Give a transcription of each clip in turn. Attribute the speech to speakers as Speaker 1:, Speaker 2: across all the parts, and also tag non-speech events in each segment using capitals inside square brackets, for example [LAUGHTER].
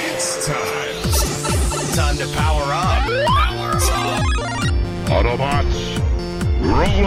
Speaker 1: It's time. Time to power up. Power up.
Speaker 2: Autobots, roll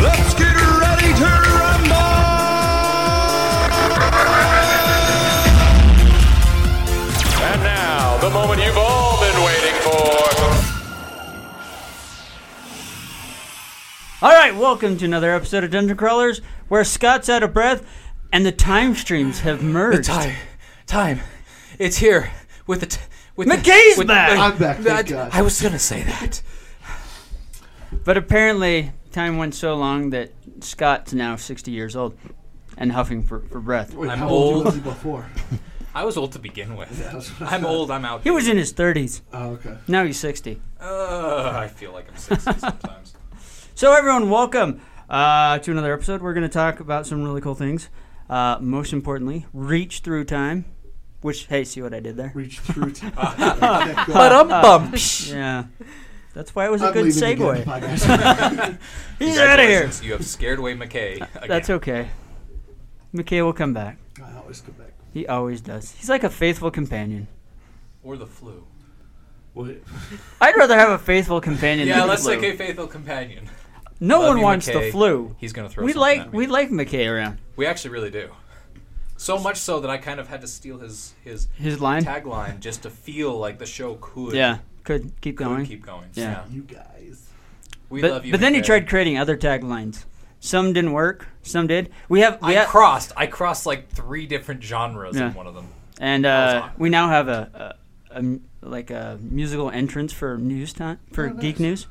Speaker 1: Let's get ready to rumble.
Speaker 3: And now, the moment you've all been waiting for.
Speaker 4: All right, welcome to another episode of Dungeon Crawlers, where Scott's out of breath and the time streams have merged.
Speaker 5: time, time, it's here with the t- with
Speaker 4: McKay's
Speaker 5: the, with
Speaker 4: back!
Speaker 5: The,
Speaker 4: I'm
Speaker 5: back. Thank I, God. I was gonna say that.
Speaker 4: But apparently, time went so long that Scott's now 60 years old and huffing for, for breath.
Speaker 5: I'm old. I was old to begin with. [LAUGHS] I'm old. I'm out.
Speaker 4: He was in his 30s.
Speaker 6: Oh,
Speaker 5: [LAUGHS]
Speaker 6: okay.
Speaker 4: Now he's 60.
Speaker 5: Ugh, I feel like
Speaker 4: [LAUGHS]
Speaker 5: I'm 60 sometimes.
Speaker 4: So, everyone, welcome uh, to another episode. We're going to talk about some really cool things. Uh, most importantly, reach through time, which, hey, see what I did there? Uh,
Speaker 6: Reach through. T-
Speaker 5: But I'm bummed.
Speaker 4: [LAUGHS] Yeah. That's why it was a
Speaker 6: I'm
Speaker 4: good
Speaker 6: leaving again,
Speaker 4: segue.
Speaker 6: bye, guys.
Speaker 4: He's out of here.
Speaker 5: You have scared away McKay. Again.
Speaker 4: That's okay. McKay will come back.
Speaker 6: [LAUGHS] I always come back.
Speaker 4: He always does. He's like a faithful companion.
Speaker 5: Or the flu.
Speaker 6: Wait.
Speaker 4: I'd rather have a faithful companion
Speaker 5: Yeah,
Speaker 4: than
Speaker 5: let's
Speaker 4: the
Speaker 5: like
Speaker 4: flu.
Speaker 5: a faithful companion.
Speaker 4: no
Speaker 5: Love
Speaker 4: one
Speaker 5: you,
Speaker 4: wants the
Speaker 5: McKay.
Speaker 4: flu.
Speaker 5: He's gonna throw.
Speaker 4: We
Speaker 5: something
Speaker 4: like
Speaker 5: at me.
Speaker 4: we like McKay around.
Speaker 5: We actually really do. So much so that I kind of had to steal his his
Speaker 4: His line.
Speaker 5: tagline just to feel like the show could
Speaker 4: yeah, could keep
Speaker 5: could
Speaker 4: going.
Speaker 5: keep going.
Speaker 4: Yeah.
Speaker 5: So,
Speaker 6: You guys.
Speaker 5: we
Speaker 4: but
Speaker 5: love you.
Speaker 4: but then he
Speaker 5: McKay.
Speaker 4: tried creating other taglines. Some didn't work. Some did. We have we
Speaker 5: I
Speaker 4: have,
Speaker 5: crossed. I crossed like three different genres
Speaker 4: Yeah.
Speaker 5: in one of them.
Speaker 4: and
Speaker 5: That was
Speaker 4: uh,
Speaker 5: awkward.
Speaker 4: we now have a, a, a m- like a musical entrance for news time for geek news.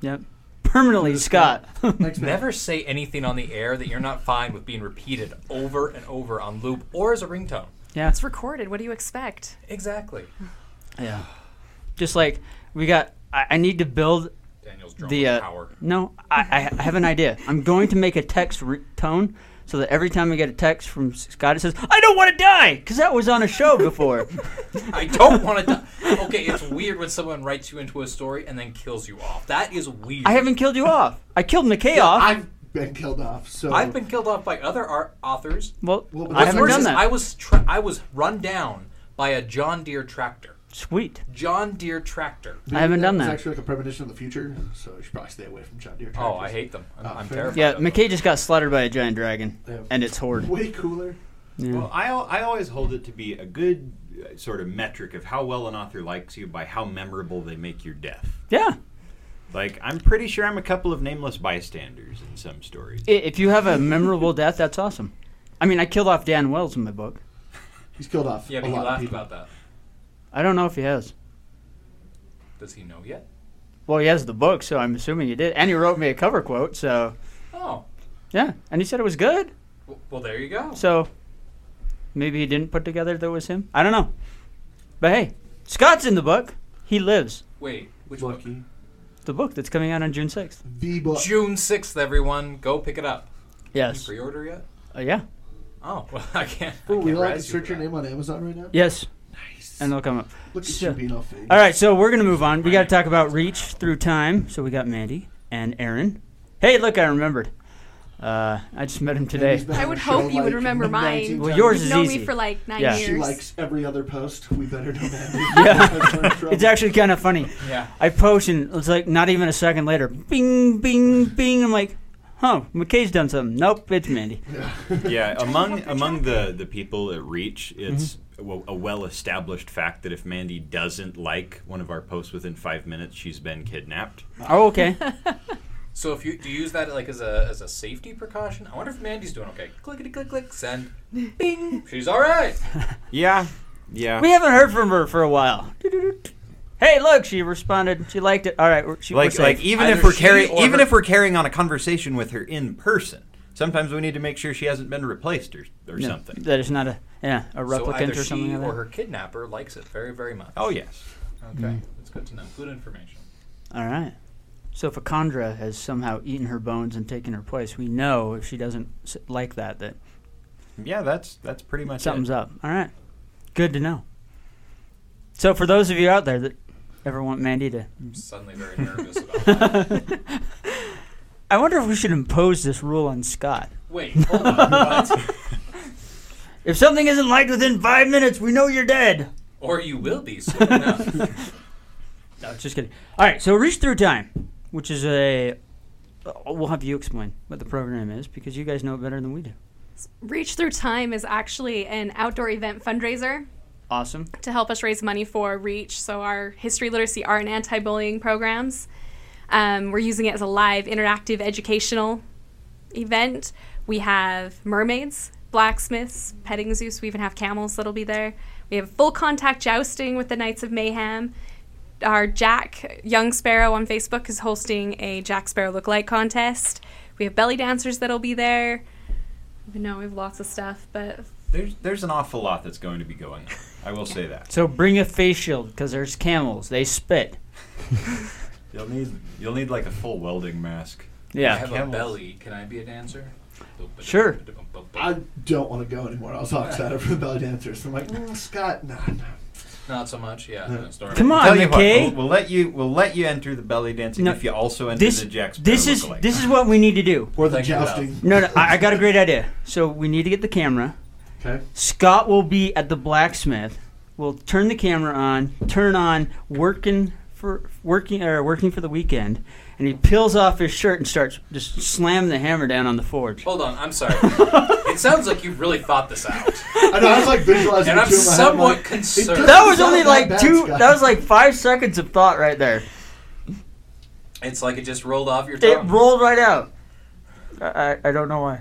Speaker 4: Yep, permanently Scott.
Speaker 6: Thanks, man.
Speaker 5: Never say anything on the air that you're not fine with being repeated over and over on loop or as a ringtone.
Speaker 4: yeah,
Speaker 7: It's recorded. What do you expect?
Speaker 5: Exactly.
Speaker 4: yeah. [LAUGHS] Just like we got. I, I need to build
Speaker 5: Daniel's drone
Speaker 4: the uh,
Speaker 5: power.
Speaker 4: no I, I have an idea i'm going to make a text re- tone so that every time i get a text from scott it says i don't want to die because that was on a show before
Speaker 5: I don't want to. die. [LAUGHS] Okay, it's weird when someone writes you into a story and then kills you off. That is weird.
Speaker 4: i haven't killed you off i killed mckay off
Speaker 6: I've been killed off. So
Speaker 5: I've been killed off by other art authors.
Speaker 4: well,
Speaker 6: Well, but
Speaker 4: i
Speaker 5: What's
Speaker 4: haven't
Speaker 5: worse
Speaker 4: done
Speaker 5: is
Speaker 4: that
Speaker 5: I was tra- I was run down by a John Deere tractor.
Speaker 4: sweet
Speaker 5: John Deere tractor.
Speaker 4: i haven't done
Speaker 6: It's
Speaker 4: that
Speaker 6: actually like a premonition of the future, so you should probably stay away from John Deere.
Speaker 5: Oh, I
Speaker 6: tractors.
Speaker 5: hate them. I'm,
Speaker 6: Oh,
Speaker 5: I'm
Speaker 6: fair.
Speaker 5: terrified.
Speaker 4: yeah
Speaker 5: of them.
Speaker 4: mckay just got slaughtered by a giant dragon
Speaker 6: Yeah.
Speaker 4: and its horde
Speaker 6: Way cooler.
Speaker 8: Well, I, al- I always hold it to be a good uh, sort of metric of how well an author likes you by how memorable they make your death.
Speaker 4: yeah
Speaker 8: Like, I'm pretty sure I'm a couple of nameless bystanders in some stories.
Speaker 4: I- if you have a memorable death that's awesome i mean i killed off dan wells in my book
Speaker 6: He's killed off.
Speaker 5: Yeah,
Speaker 6: a
Speaker 5: but he
Speaker 6: lot of
Speaker 5: laughed
Speaker 6: people.
Speaker 5: about that.
Speaker 4: i don't know if he has
Speaker 5: Does he know yet?
Speaker 4: well he has the book so i'm assuming he did and he wrote me a cover quote so
Speaker 5: Oh,
Speaker 4: yeah and he said it was good
Speaker 5: w- well, there you go.
Speaker 4: So maybe he didn't put together that was him. I don't know. But hey, Scott's in the book. He lives.
Speaker 5: Wait, which book?
Speaker 6: Lucky.
Speaker 4: The book that's coming out on June 6th.
Speaker 6: The book.
Speaker 5: June sixth, everyone, go pick it up.
Speaker 4: Yes.
Speaker 5: Pre-order yet?
Speaker 4: Uh, yeah.
Speaker 5: Oh, [LAUGHS] well, I can't. I
Speaker 6: Ooh,
Speaker 5: can't
Speaker 6: we like to
Speaker 5: rise you
Speaker 6: search
Speaker 5: for
Speaker 6: your
Speaker 5: that.
Speaker 6: name on Amazon right now.
Speaker 4: Yes. Nice. And they'll come up.
Speaker 6: Look at
Speaker 4: So-
Speaker 6: you being all fake.
Speaker 4: All right, so we're going to move on. We got to talk about reach through time. So we got Mandy and Aaron. Hey, look, I remembered. Uh, I just met him today.
Speaker 7: I would hope you would remember mine.
Speaker 4: Well, yours
Speaker 7: You've
Speaker 4: is
Speaker 7: known
Speaker 4: easy.
Speaker 7: me for like nine
Speaker 4: Yeah. She
Speaker 6: She
Speaker 7: years.
Speaker 6: likes every other post. We better know [LAUGHS] that.
Speaker 4: [LAUGHS] Yeah. It's actually kind of funny.
Speaker 5: Yeah.
Speaker 4: I post and it's like not even a second later. Bing, bing, bing. I'm like, huh, McKay's done something. Nope, it's Mandy.
Speaker 8: yeah, among among the, the people at Reach, it's
Speaker 4: Mm-hmm.
Speaker 8: w- a well established fact that if Mandy doesn't like one of our posts within five minutes, she's been kidnapped.
Speaker 4: Oh, okay.
Speaker 5: So if you do you use that like as a as a safety precaution, I wonder if Mandy's doing okay. Clickety click click
Speaker 6: [LAUGHS]
Speaker 5: send, bing. She's all right.
Speaker 8: Yeah. Yeah.
Speaker 4: We haven't heard from her for a while. Hey, look, she responded. She liked it. All right, we're, she, we're
Speaker 8: like
Speaker 4: safe.
Speaker 8: like even
Speaker 5: Either
Speaker 8: if we're
Speaker 5: she
Speaker 8: carrying
Speaker 5: or
Speaker 8: even
Speaker 5: her-
Speaker 8: if we're carrying on a conversation with her in person, sometimes we need to make sure she hasn't been replaced or, or
Speaker 4: No,
Speaker 8: something.
Speaker 4: That is not a yeah a
Speaker 5: So
Speaker 4: replicant
Speaker 5: either
Speaker 4: or something
Speaker 5: she
Speaker 4: like that.
Speaker 5: or her kidnapper likes it very very much.
Speaker 8: Oh yes.
Speaker 5: Okay,
Speaker 4: Mm.
Speaker 5: that's good to know. Good information.
Speaker 4: All right. So if a chondra has somehow eaten her bones and taken her place, we know if she doesn't s- like that that
Speaker 8: Yeah, that's that's pretty much
Speaker 4: something's
Speaker 8: it.
Speaker 4: up. All right. Good to know. So for those of you out there that ever want Mandy to,
Speaker 5: I'm suddenly very nervous about
Speaker 6: [LAUGHS]
Speaker 5: that.
Speaker 4: I wonder if we should impose this rule on Scott.
Speaker 5: Wait, hold on. What?
Speaker 4: If something isn't liked within five minutes, we know you're dead.
Speaker 5: Or you will be soon
Speaker 6: [LAUGHS]
Speaker 5: enough.
Speaker 4: No, just kidding. All right, so reach through time, which is a. uh, We'll have you explain what the program is because you guys know it better than we do.
Speaker 7: Reach Through Time is actually an outdoor event fundraiser
Speaker 4: Awesome.
Speaker 7: to help us raise money for Reach, so our history, literacy, art, and anti-bullying programs. Um, we're using it as a live, interactive, educational event. We have mermaids, blacksmiths, petting zoos. We even have camels that'll be there. We have full contact jousting with the Knights of Mayhem. Our Jack Young Sparrow on Facebook is hosting a Jack Sparrow lookalike contest. We have belly dancers that'll be there. I know we have lots of stuff, but
Speaker 8: There's there's an awful lot that's going to be going on. I will say that.
Speaker 4: So bring a face shield because there's camels. They spit.
Speaker 8: You'll need you'll need like a full welding mask.
Speaker 5: I have
Speaker 4: Yeah.
Speaker 5: a belly. Can I be a dancer?
Speaker 4: Sure.
Speaker 6: I don't want to go anymore. I was all excited for the [LAUGHS] belly dancers. I'm like, mm, Scott, nah, nah.
Speaker 5: Not so much. Yeah. no, it's not
Speaker 4: Come
Speaker 5: right.
Speaker 4: on,
Speaker 8: Tell you what,
Speaker 4: McKay.
Speaker 8: we'll, we'll let you we'll let you enter the belly dancing
Speaker 4: No,
Speaker 8: if you also enter
Speaker 4: this
Speaker 8: the Jack Sparrow
Speaker 4: this is
Speaker 8: lookalike.
Speaker 4: this is what we need to do.
Speaker 6: Or the
Speaker 5: Thank you,
Speaker 6: jousting.
Speaker 4: No, no, I, I got a great idea. So we need to get the camera.
Speaker 6: Okay.
Speaker 4: Scott will be at the blacksmith. We'll turn the camera on. Turn on working for working or working for the weekend, and he peels off his shirt and starts just slamming the hammer down on the forge.
Speaker 5: Hold on.
Speaker 4: [LAUGHS]
Speaker 5: I'm sorry. it sounds like you really thought this out.
Speaker 6: I know. I was like visualizing.
Speaker 5: And
Speaker 6: it
Speaker 5: I'm
Speaker 6: too in my head, I'm
Speaker 5: somewhat
Speaker 6: like,
Speaker 5: concerned.
Speaker 6: it
Speaker 4: That was
Speaker 6: Not
Speaker 4: only
Speaker 6: that
Speaker 4: like
Speaker 6: bad,
Speaker 4: two.
Speaker 6: Scott.
Speaker 4: That was like five seconds of thought right there.
Speaker 5: It's like it just rolled off your
Speaker 4: It
Speaker 5: tongue.
Speaker 4: rolled right out. I I, I don't know why.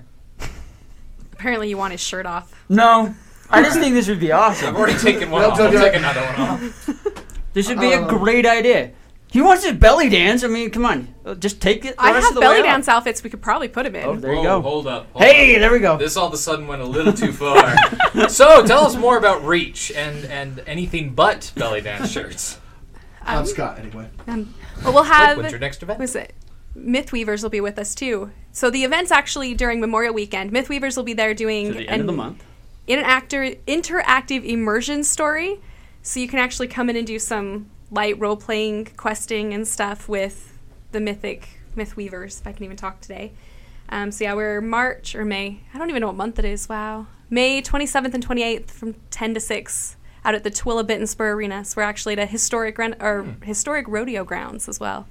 Speaker 7: apparently you want his shirt off.
Speaker 4: No, I just think this would be
Speaker 5: I've
Speaker 4: awesome.
Speaker 5: [LAUGHS] already taken
Speaker 6: [LAUGHS]
Speaker 5: one
Speaker 6: No,
Speaker 5: off.
Speaker 6: don't
Speaker 5: I'll
Speaker 6: do
Speaker 5: take
Speaker 6: it.
Speaker 5: another one off.
Speaker 4: This would be a
Speaker 6: Uh,
Speaker 4: great idea. He wants his belly dance. I mean, come on, Uh, just take it. the
Speaker 7: I
Speaker 4: rest
Speaker 7: have
Speaker 4: of the
Speaker 7: belly
Speaker 4: way out.
Speaker 7: dance outfits we could probably put him in.
Speaker 4: Oh, there you
Speaker 5: Whoa,
Speaker 4: go.
Speaker 5: Hold up. hold
Speaker 4: Hey,
Speaker 5: up.
Speaker 4: there we go.
Speaker 5: This all of a sudden went a little
Speaker 4: [LAUGHS]
Speaker 5: too far. so tell us more about Reach and and anything but
Speaker 4: [LAUGHS]
Speaker 5: belly dance shirts.
Speaker 6: I'm Scott anyway.
Speaker 7: Um, but we'll
Speaker 5: Like,
Speaker 7: have
Speaker 5: when's your next event?
Speaker 7: was it Mythweavers will be with us too. So the event's actually during Memorial Weekend. Mythweavers will be there doing
Speaker 4: To the end of the
Speaker 7: an
Speaker 4: month.
Speaker 7: interactor- interactive immersion story. So you can actually come in and do some light role playing, questing, and stuff with the mythic Mythweavers. If I can even talk today. Um, so yeah, we're March or May. I don't even know what month it is. Wow, May 27th and 28th from 10 to 6 out at the Twilla Bittensburg Arena. So we're actually at a historic ren- or historic rodeo grounds as well.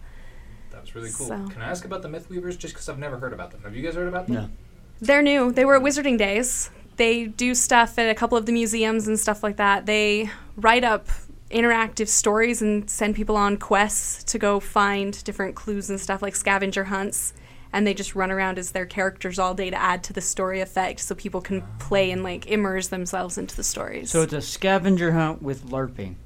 Speaker 5: That was really cool.
Speaker 7: So.
Speaker 5: Can I ask about the Mythweavers? Just because I've never heard about them. Have you guys heard about them?
Speaker 4: No.
Speaker 7: They're new. They were at Wizarding Days. They do stuff at a couple of the museums and stuff like that. They write up interactive stories and send people on quests to go find different clues and stuff like scavenger hunts. And they just run around as their characters all day to add to the story effect so people can play and like immerse themselves into the stories.
Speaker 4: So it's a scavenger hunt with LARPing.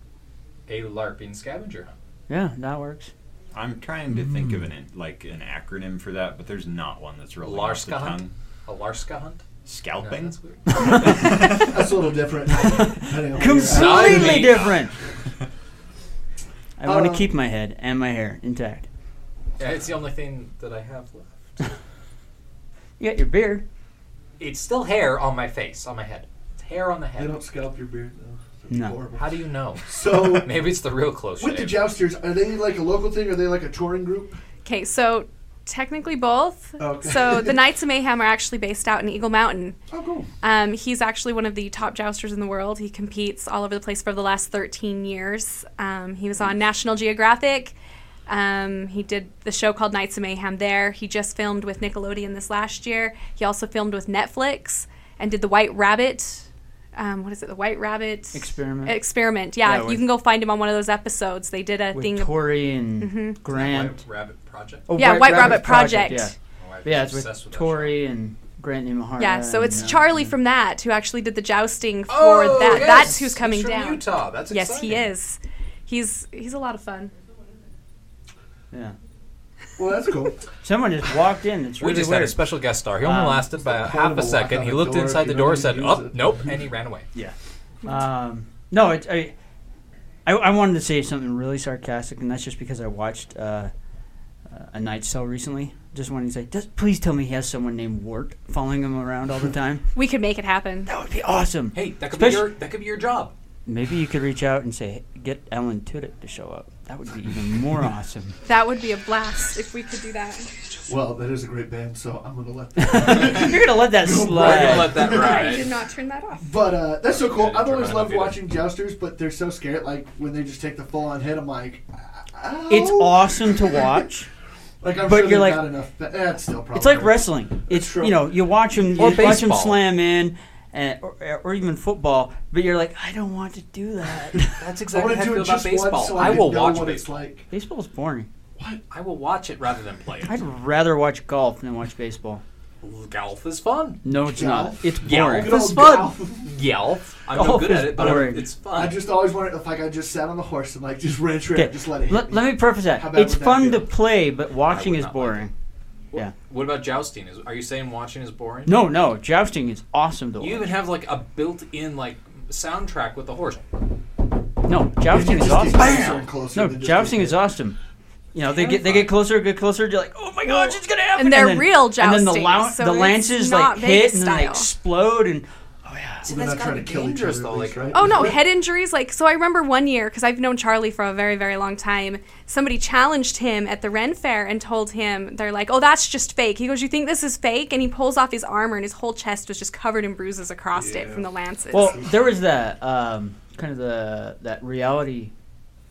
Speaker 5: A LARPing scavenger hunt.
Speaker 4: Yeah, that works.
Speaker 8: I'm trying to think of an
Speaker 4: Mm.
Speaker 8: in- like an acronym for that, but there's not one that's rolling off the
Speaker 5: Larska hunt?
Speaker 8: tongue.
Speaker 5: A Larska hunt? No,
Speaker 8: Scalping.
Speaker 5: that's
Speaker 4: [LAUGHS]
Speaker 5: weird.
Speaker 6: That's a little
Speaker 5: [LAUGHS]
Speaker 6: different. depending on where you're at.
Speaker 4: Completely
Speaker 5: Sorry.
Speaker 4: different. I want to
Speaker 6: Uh,
Speaker 5: Um,
Speaker 4: keep my head and my hair intact.
Speaker 5: Yeah, it's the only thing that I have left.
Speaker 4: You got your beard.
Speaker 5: It's still hair on my face, on my head. It's hair on the
Speaker 6: They
Speaker 5: head.
Speaker 6: don't scalp your beard though. That'd be
Speaker 4: No.
Speaker 6: Horrible.
Speaker 5: How do you know? [LAUGHS]
Speaker 6: So
Speaker 5: Maybe it's the real close
Speaker 6: with the
Speaker 5: shave.
Speaker 6: jousters, are they like a local thing? Are they like a touring group?
Speaker 7: Okay, so technically both.
Speaker 6: Okay.
Speaker 7: So the Knights of Mayhem are actually based out in Eagle Mountain.
Speaker 6: Oh, cool.
Speaker 7: Um, he's actually one of the top jousters in the world. He competes all over the place for the last 13 years. Um, he was on National Geographic. Um, he did the show called Knights of Mayhem there. He just filmed with Nickelodeon this last year. He also filmed with Netflix and did The White Rabbit. um, what is it? The White Rabbit
Speaker 4: Experiment.
Speaker 7: Experiment. Yeah,
Speaker 4: Yeah,
Speaker 7: you
Speaker 4: with-
Speaker 7: can go find him on one of those episodes. They did a
Speaker 4: with
Speaker 7: thing.
Speaker 4: Tori and
Speaker 7: Mhm.
Speaker 4: Grant.
Speaker 5: White Rabbit Project?
Speaker 4: Oh,
Speaker 7: Yeah, White Rabbit Project.
Speaker 4: yeah.
Speaker 5: My wife
Speaker 4: yeah,
Speaker 5: is
Speaker 4: it's with
Speaker 5: obsessed with that
Speaker 4: Tori and Grant Imahara.
Speaker 7: yeah, so it's
Speaker 4: and, uh,
Speaker 7: Charlie from that who actually did the jousting for
Speaker 5: Oh,
Speaker 7: that.
Speaker 5: yes,
Speaker 7: That's who's
Speaker 5: he's
Speaker 7: coming
Speaker 5: from
Speaker 7: down.
Speaker 5: Utah. That's
Speaker 7: yes, he
Speaker 5: exciting.
Speaker 7: is. He's he's a lot of fun.
Speaker 4: Yeah.
Speaker 6: Well, that's cool.
Speaker 4: Someone just walked in. It's
Speaker 5: We
Speaker 4: really
Speaker 5: just
Speaker 4: weird.
Speaker 5: had a special guest star. He only
Speaker 4: Um,
Speaker 5: lasted by
Speaker 6: the point
Speaker 5: half
Speaker 6: of
Speaker 5: a
Speaker 6: a lock
Speaker 5: second.
Speaker 6: on
Speaker 5: He
Speaker 6: the
Speaker 5: looked
Speaker 6: door if
Speaker 5: inside
Speaker 6: you
Speaker 5: the
Speaker 6: don't
Speaker 5: door,
Speaker 6: use
Speaker 5: said,
Speaker 6: it.
Speaker 5: "Up, nope," and he ran away.
Speaker 4: Yeah. Um, no, it, I, I, I wanted to say something really sarcastic, and that's just because I watched uh, uh, a Night Cell recently. Just wanted to say, just please tell me he has someone named Wart following him around
Speaker 5: [LAUGHS]
Speaker 4: all the time.
Speaker 7: We could make it happen.
Speaker 4: that would be awesome.
Speaker 5: Hey, that could
Speaker 4: Especially-
Speaker 5: be your that could be your job.
Speaker 4: Maybe you could reach out and say, get Ellen Tudyk to show up. That would be even
Speaker 5: [LAUGHS]
Speaker 4: more awesome.
Speaker 7: That would be a blast if we could do that.
Speaker 6: well, that is a great band, so I'm gonna let. That
Speaker 4: You're gonna let that
Speaker 5: We're gonna
Speaker 4: slide.
Speaker 5: let that
Speaker 7: I did
Speaker 5: ride.
Speaker 7: not turn that off.
Speaker 6: But uh, that's so cool.
Speaker 5: Yeah,
Speaker 6: I've always
Speaker 5: German
Speaker 6: loved
Speaker 5: Beatles.
Speaker 6: watching jousters, but they're so scared. Like when they just take the full on hit, I'm like, Ow.
Speaker 4: It's awesome to
Speaker 5: [LAUGHS]
Speaker 4: watch.
Speaker 6: Like I'm
Speaker 4: but you're
Speaker 6: sure they've
Speaker 4: like-
Speaker 6: got enough. But that's still probably.
Speaker 4: It's like wrestling. It's
Speaker 6: true.
Speaker 4: you know you watch him, you
Speaker 5: Or
Speaker 4: watch him
Speaker 5: baseball.
Speaker 4: slam in, and, or, or even football. But you're like, I don't want to do that.
Speaker 5: That's
Speaker 6: I
Speaker 5: exactly how
Speaker 6: want to
Speaker 5: I
Speaker 6: do
Speaker 5: feel
Speaker 6: it
Speaker 5: about
Speaker 6: just once,
Speaker 5: baseball.
Speaker 6: so
Speaker 5: I
Speaker 6: I,
Speaker 5: will
Speaker 6: know
Speaker 5: watch
Speaker 6: what it's
Speaker 5: baseball.
Speaker 6: like.
Speaker 4: Baseball's boring.
Speaker 5: I will watch it rather than play it.
Speaker 4: I'd rather watch golf than watch baseball.
Speaker 5: Golf is fun.
Speaker 4: No, it's not.
Speaker 6: Golf?
Speaker 4: It's
Speaker 5: Yeah.
Speaker 4: boring.
Speaker 6: Good old
Speaker 5: It's fun.
Speaker 6: gal.
Speaker 5: Yelp. I'm no
Speaker 4: Golf
Speaker 5: good
Speaker 4: is
Speaker 5: at it, but I'm-
Speaker 4: boring.
Speaker 5: it's
Speaker 6: I
Speaker 5: fun.
Speaker 6: just always wanted if like I just sat on the horse and like just ran straight,
Speaker 4: Okay,
Speaker 6: up, just let it. Hit
Speaker 4: let,
Speaker 6: me.
Speaker 4: let me preface
Speaker 6: How
Speaker 4: that.
Speaker 6: bad
Speaker 4: It's
Speaker 6: would that
Speaker 4: fun
Speaker 6: feel?
Speaker 4: to play, but watching
Speaker 5: would
Speaker 4: is
Speaker 5: not like
Speaker 4: boring. yeah.
Speaker 5: What about jousting? Is are you saying watching is boring?
Speaker 4: No, no, jousting is awesome to watch.
Speaker 5: You even have like a built-in like soundtrack with the horse.
Speaker 4: no,
Speaker 6: You
Speaker 4: jousting
Speaker 6: just
Speaker 4: is
Speaker 6: get
Speaker 4: awesome.
Speaker 6: closer and closer
Speaker 4: No,
Speaker 6: than just
Speaker 4: jousting
Speaker 6: getting
Speaker 4: is
Speaker 6: hit.
Speaker 4: awesome. You know, they get they get closer, get closer. You're like, oh my gosh, it's gonna happen.
Speaker 7: And they're
Speaker 4: then-
Speaker 7: real
Speaker 4: And then the,
Speaker 7: jousting, so
Speaker 4: the
Speaker 7: it's
Speaker 4: lances
Speaker 7: not
Speaker 4: like hit
Speaker 7: Vegas
Speaker 4: and then they
Speaker 7: style.
Speaker 4: explode and
Speaker 5: See,
Speaker 6: They're
Speaker 5: that's
Speaker 6: not
Speaker 5: gotta
Speaker 6: trying to
Speaker 5: be
Speaker 6: kill each
Speaker 5: dangerous
Speaker 6: other,
Speaker 5: though.
Speaker 6: at least,
Speaker 5: Like,
Speaker 6: right?
Speaker 7: Oh no, head injuries. Like so, I remember one year because I've known Charlie for a very, very long time. Somebody challenged him at the Ren Fair and told him they're like, "Oh, that's just fake." He goes, "You think this is fake?" And he pulls off his armor, and his whole chest was just covered in bruises across it from the lances.
Speaker 4: Well, there was that um, kind of the that reality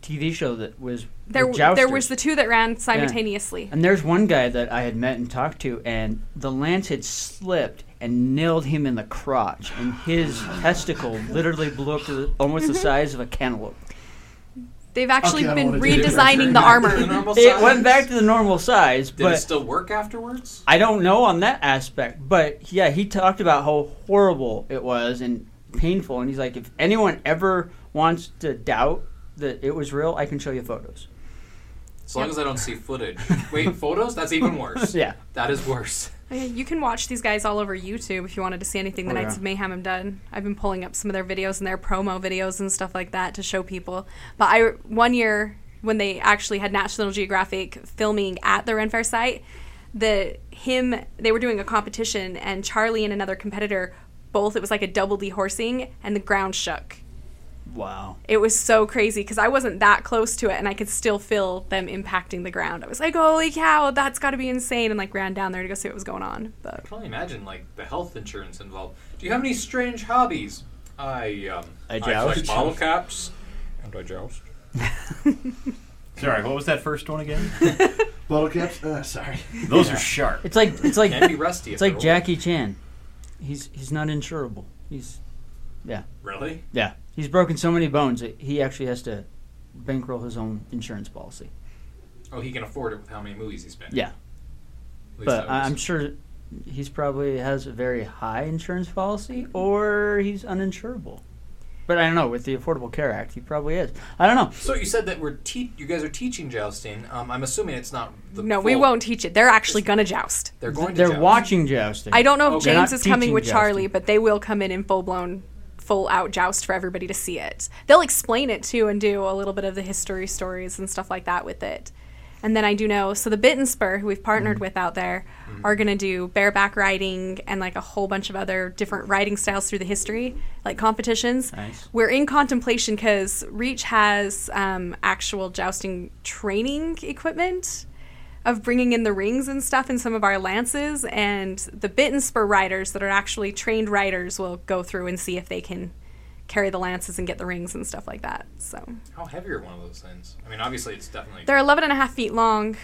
Speaker 4: TV show that was
Speaker 7: there,
Speaker 4: with
Speaker 7: there
Speaker 4: jousters.
Speaker 7: was the two that ran simultaneously.
Speaker 4: and there's one guy that I had met and talked to, and the lance had slipped and nailed him in the crotch, and his testicle literally blew up to the, almost the size of a cantaloupe.
Speaker 7: They've actually
Speaker 6: Okay, I don't
Speaker 7: been
Speaker 6: wanna do that. [LAUGHS]
Speaker 7: redesigning the
Speaker 5: The
Speaker 7: armor.
Speaker 5: normal
Speaker 4: It
Speaker 5: size?
Speaker 4: went back to the normal size,
Speaker 5: Did it
Speaker 4: but
Speaker 5: still work afterwards?
Speaker 4: I don't know on that aspect. But yeah, he talked about how horrible it was and painful, and he's like, if anyone ever wants to doubt that it was real, I can show you photos.
Speaker 5: As long as I don't
Speaker 4: [LAUGHS]
Speaker 5: see footage. Wait, photos? That's even worse.
Speaker 4: Yeah.
Speaker 5: That is worse. [LAUGHS]
Speaker 7: Yeah, You can watch these guys all over YouTube if you wanted to see anything the
Speaker 4: Oh,
Speaker 7: Knights
Speaker 4: yeah.
Speaker 7: of Mayhem have done. I've been pulling up some of their videos and their promo videos and stuff like that to show people. But I one year when they actually had National Geographic filming at the Renfair site, the him they were doing a competition and Charlie and another competitor both it was like a double dehorsing and the ground shook.
Speaker 4: Wow.
Speaker 7: It was so crazy because I wasn't that close to it and I could still feel them impacting the ground. I was like, "Holy cow, that's got to be insane!" and like ran down there to go see what was going on. But
Speaker 5: I can only imagine like the health insurance involved. Do you have any strange hobbies? I um
Speaker 4: I joust.
Speaker 5: collect bottle caps and I joust.
Speaker 8: Sorry, what was that first
Speaker 4: [LAUGHS]
Speaker 8: one again?
Speaker 6: Bottle caps. Uh, sorry.
Speaker 8: Those are sharp.
Speaker 4: It's like it's like
Speaker 5: Can be rusty.
Speaker 4: It's like Jackie Chan. He's he's not insurable. He's
Speaker 5: Really?
Speaker 4: yeah. He's broken so many bones that he actually has to bankroll his own insurance policy.
Speaker 5: Oh, he can afford it with how many movies he's been. in.
Speaker 4: Yeah,
Speaker 5: At least
Speaker 4: but I,
Speaker 5: I was-
Speaker 4: I'm sure he's probably has a very high insurance policy, or he's uninsurable. But I don't know. With the Affordable Care Act, he probably is. I don't know.
Speaker 5: So you said that we're te- you guys are teaching jousting. Um, I'm assuming it's not the
Speaker 7: No, we
Speaker 5: full-
Speaker 7: won't teach it. They're actually going to joust.
Speaker 5: They're going to
Speaker 4: They're
Speaker 5: joust.
Speaker 4: watching jousting.
Speaker 7: I don't know if
Speaker 5: Okay.
Speaker 7: James
Speaker 4: Not
Speaker 7: is coming
Speaker 4: teaching
Speaker 7: with Charlie,
Speaker 4: jousting.
Speaker 7: but they will come in in full blown, full out joust for everybody to see it. They'll explain it too and do a little bit of the history stories and stuff like that with it. And then I do know, so the Bit and Spur, who we've
Speaker 4: Mm-hmm.
Speaker 7: partnered with out there,
Speaker 5: Mm-hmm.
Speaker 7: are going to do bareback riding and like a whole bunch of other different riding styles through the history, like competitions.
Speaker 4: Nice.
Speaker 7: We're in contemplation because Reach has um, actual jousting training equipment of bringing in the rings and stuff and some of our lances and the bit and spur riders that are actually trained riders will go through and see if they can carry the lances and get the rings and stuff like that so
Speaker 5: How heavy are one of those things? I mean, obviously it's definitely.
Speaker 7: they're 11 and a half feet long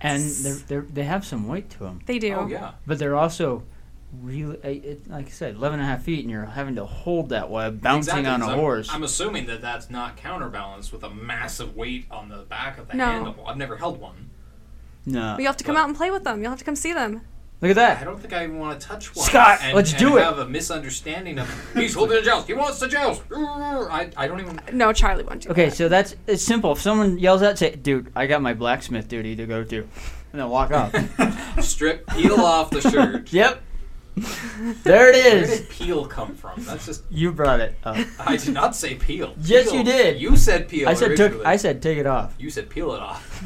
Speaker 4: And they're, they're, they have some weight to them,
Speaker 7: they do
Speaker 5: oh yeah.
Speaker 4: but they're also really, I- it, like I said, 11 and a half feet, and you're having to hold that while bouncing
Speaker 5: Exactly,
Speaker 4: on a
Speaker 5: 'cause I'm-
Speaker 4: horse.
Speaker 5: I'm assuming that that's not counterbalanced with a massive weight on the back of the
Speaker 7: No.
Speaker 5: handle. I've never held one.
Speaker 4: no.
Speaker 7: But you'll have to come out and play with them. You'll have to come see them.
Speaker 4: Look at
Speaker 5: I
Speaker 4: that.
Speaker 5: don't think I even want to touch one.
Speaker 4: Scott,
Speaker 5: and,
Speaker 4: let's
Speaker 5: and
Speaker 4: do it.
Speaker 5: have a misunderstanding of he's holding a joust. He wants to joust. Urgh. I, I don't even.
Speaker 7: No, Charlie won't do
Speaker 4: Okay, so that's it's simple. If someone yells out, say, "Dude, I got my blacksmith duty to go to," and then walk [LAUGHS] off.
Speaker 5: Strip, peel off the
Speaker 4: [LAUGHS]
Speaker 5: shirt.
Speaker 4: yep. There it
Speaker 5: Where
Speaker 4: is.
Speaker 5: did peel come from? That's just.
Speaker 4: You brought it up.
Speaker 5: I did not say peel.
Speaker 4: Yes,
Speaker 5: Peel.
Speaker 4: you did.
Speaker 5: You said peel.
Speaker 4: I said
Speaker 5: originally.
Speaker 4: took. I said take it off.
Speaker 5: You said peel it off.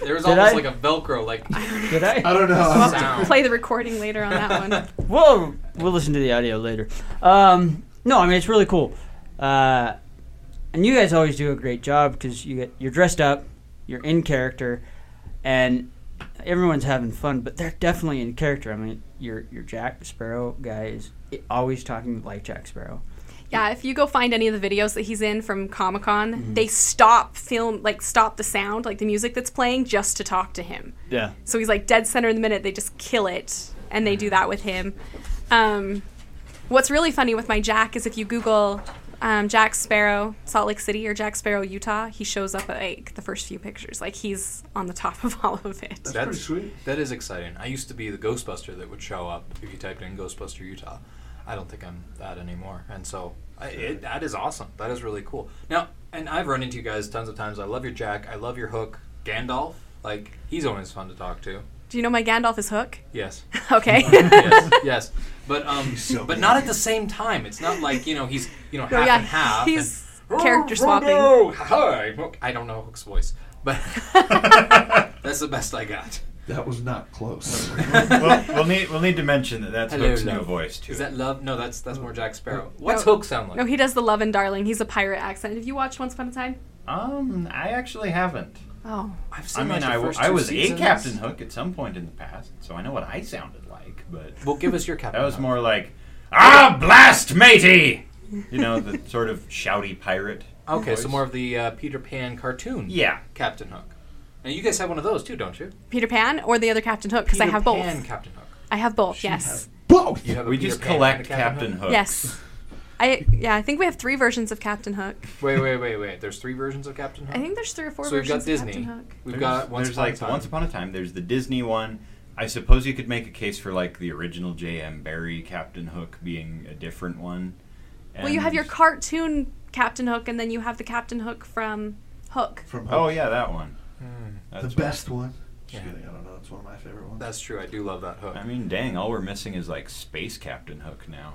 Speaker 5: there was
Speaker 4: Did I?
Speaker 5: almost like a Velcro like
Speaker 4: Did I?
Speaker 6: I don't know.
Speaker 7: We'll
Speaker 6: I'm-
Speaker 7: have to
Speaker 5: sound.
Speaker 7: play the recording later on that one.
Speaker 4: Whoa. [LAUGHS] We'll listen to the audio later. Um, no, I mean it's really cool. Uh, and you guys always do a great job because you get, you're dressed up, you're in character, and everyone's having fun. But they're definitely in character. I mean, your your Jack Sparrow guy is always talking like Jack Sparrow.
Speaker 7: Yeah, if you go find any of the videos that he's in from Comic Con, they stop film, like stop the sound, like the music that's playing, just to talk to him.
Speaker 4: Yeah.
Speaker 7: So he's like dead center in the minute. They just kill it, and they do that with him. Um, what's really funny with my Jack is if you Google um, Jack Sparrow, Salt Lake City, or Jack Sparrow, Utah, he shows up at like the first few pictures. Like he's on the top [LAUGHS] of all of it.
Speaker 5: That's
Speaker 6: pretty sweet.
Speaker 5: That is exciting. I used to be the Ghostbuster that would show up if you typed in Ghostbuster Utah. I don't think I'm that anymore, and so I, it, that is awesome. That is really cool. Now, and I've run into you guys tons of times. I love your Jack. I love your Hook. Gandalf, like he's always fun to talk to.
Speaker 7: Do you know my Gandalf is Hook? [LAUGHS]
Speaker 5: Yes,
Speaker 7: Okay. [LAUGHS]
Speaker 5: yes, yes. But um, but not at the same time. It's not like you know he's you know half
Speaker 7: Oh, yeah,
Speaker 5: and half.
Speaker 7: he's
Speaker 5: and,
Speaker 7: character swapping.
Speaker 5: Frodo, hi. Hook. I don't know Hook's voice,
Speaker 7: [LAUGHS]
Speaker 5: but that's the best I got.
Speaker 6: That was not [LAUGHS] close.
Speaker 8: [LAUGHS] we'll, we'll need we'll need to mention that that's
Speaker 5: Hello,
Speaker 8: Hook's new
Speaker 5: love.
Speaker 8: voice too.
Speaker 5: Is that love? No, that's that's more Jack Sparrow. What's
Speaker 7: No.
Speaker 5: Hook sound like?
Speaker 7: no, he does the love and darling. He's a pirate accent. Have you watched Once Upon a Time?
Speaker 8: um, I actually haven't.
Speaker 7: Oh.
Speaker 5: I've
Speaker 8: I mean,
Speaker 5: like, the
Speaker 8: I, w-
Speaker 5: first
Speaker 8: I
Speaker 5: two
Speaker 8: was
Speaker 5: seasons.
Speaker 8: a Captain Hook at some point in the past, so I know what I sounded like. But
Speaker 5: Well, give us your Captain.
Speaker 8: that was
Speaker 5: Hook.
Speaker 8: more like ah blast matey, you
Speaker 5: [LAUGHS]
Speaker 8: know, the sort of shouty pirate.
Speaker 5: okay. So
Speaker 8: voice.
Speaker 5: more of the uh, Peter Pan cartoon.
Speaker 8: Yeah.
Speaker 5: Captain Hook. And you guys have one of those too, don't you?
Speaker 7: Peter Pan or the other Captain Hook? Because I
Speaker 5: Peter
Speaker 7: have both.
Speaker 5: Pan Captain Hook.
Speaker 7: I have both. yes.
Speaker 6: Both.
Speaker 5: You have a
Speaker 8: We
Speaker 5: Peter
Speaker 8: just
Speaker 5: Pan and a
Speaker 8: collect Captain Hook.
Speaker 7: Yes. I yeah. I think we have three versions of Captain Hook.
Speaker 5: Wait, wait, wait, wait. There's three versions of Captain Hook.
Speaker 7: I think there's three or four
Speaker 5: so we've got
Speaker 7: versions of
Speaker 5: Disney.
Speaker 7: Captain Hook.
Speaker 5: We've
Speaker 8: There's-
Speaker 5: got once
Speaker 8: there's
Speaker 5: upon
Speaker 8: like
Speaker 5: a
Speaker 8: the
Speaker 5: time.
Speaker 8: Once Upon a Time. There's the Disney one. I suppose you could make a case for like the original J.M. Barry Captain Hook being a different one.
Speaker 7: Well, you have
Speaker 8: And-
Speaker 7: your cartoon Captain Hook, and then you have the Captain Hook from Hook.
Speaker 6: From
Speaker 8: Oh yeah, that one. That's
Speaker 6: the
Speaker 8: what-
Speaker 6: best one. Just kidding. I don't know. It's one of my favorite ones.
Speaker 5: That's true. I do love that hook.
Speaker 8: I mean, dang, all we're missing is like Space Captain Hook now.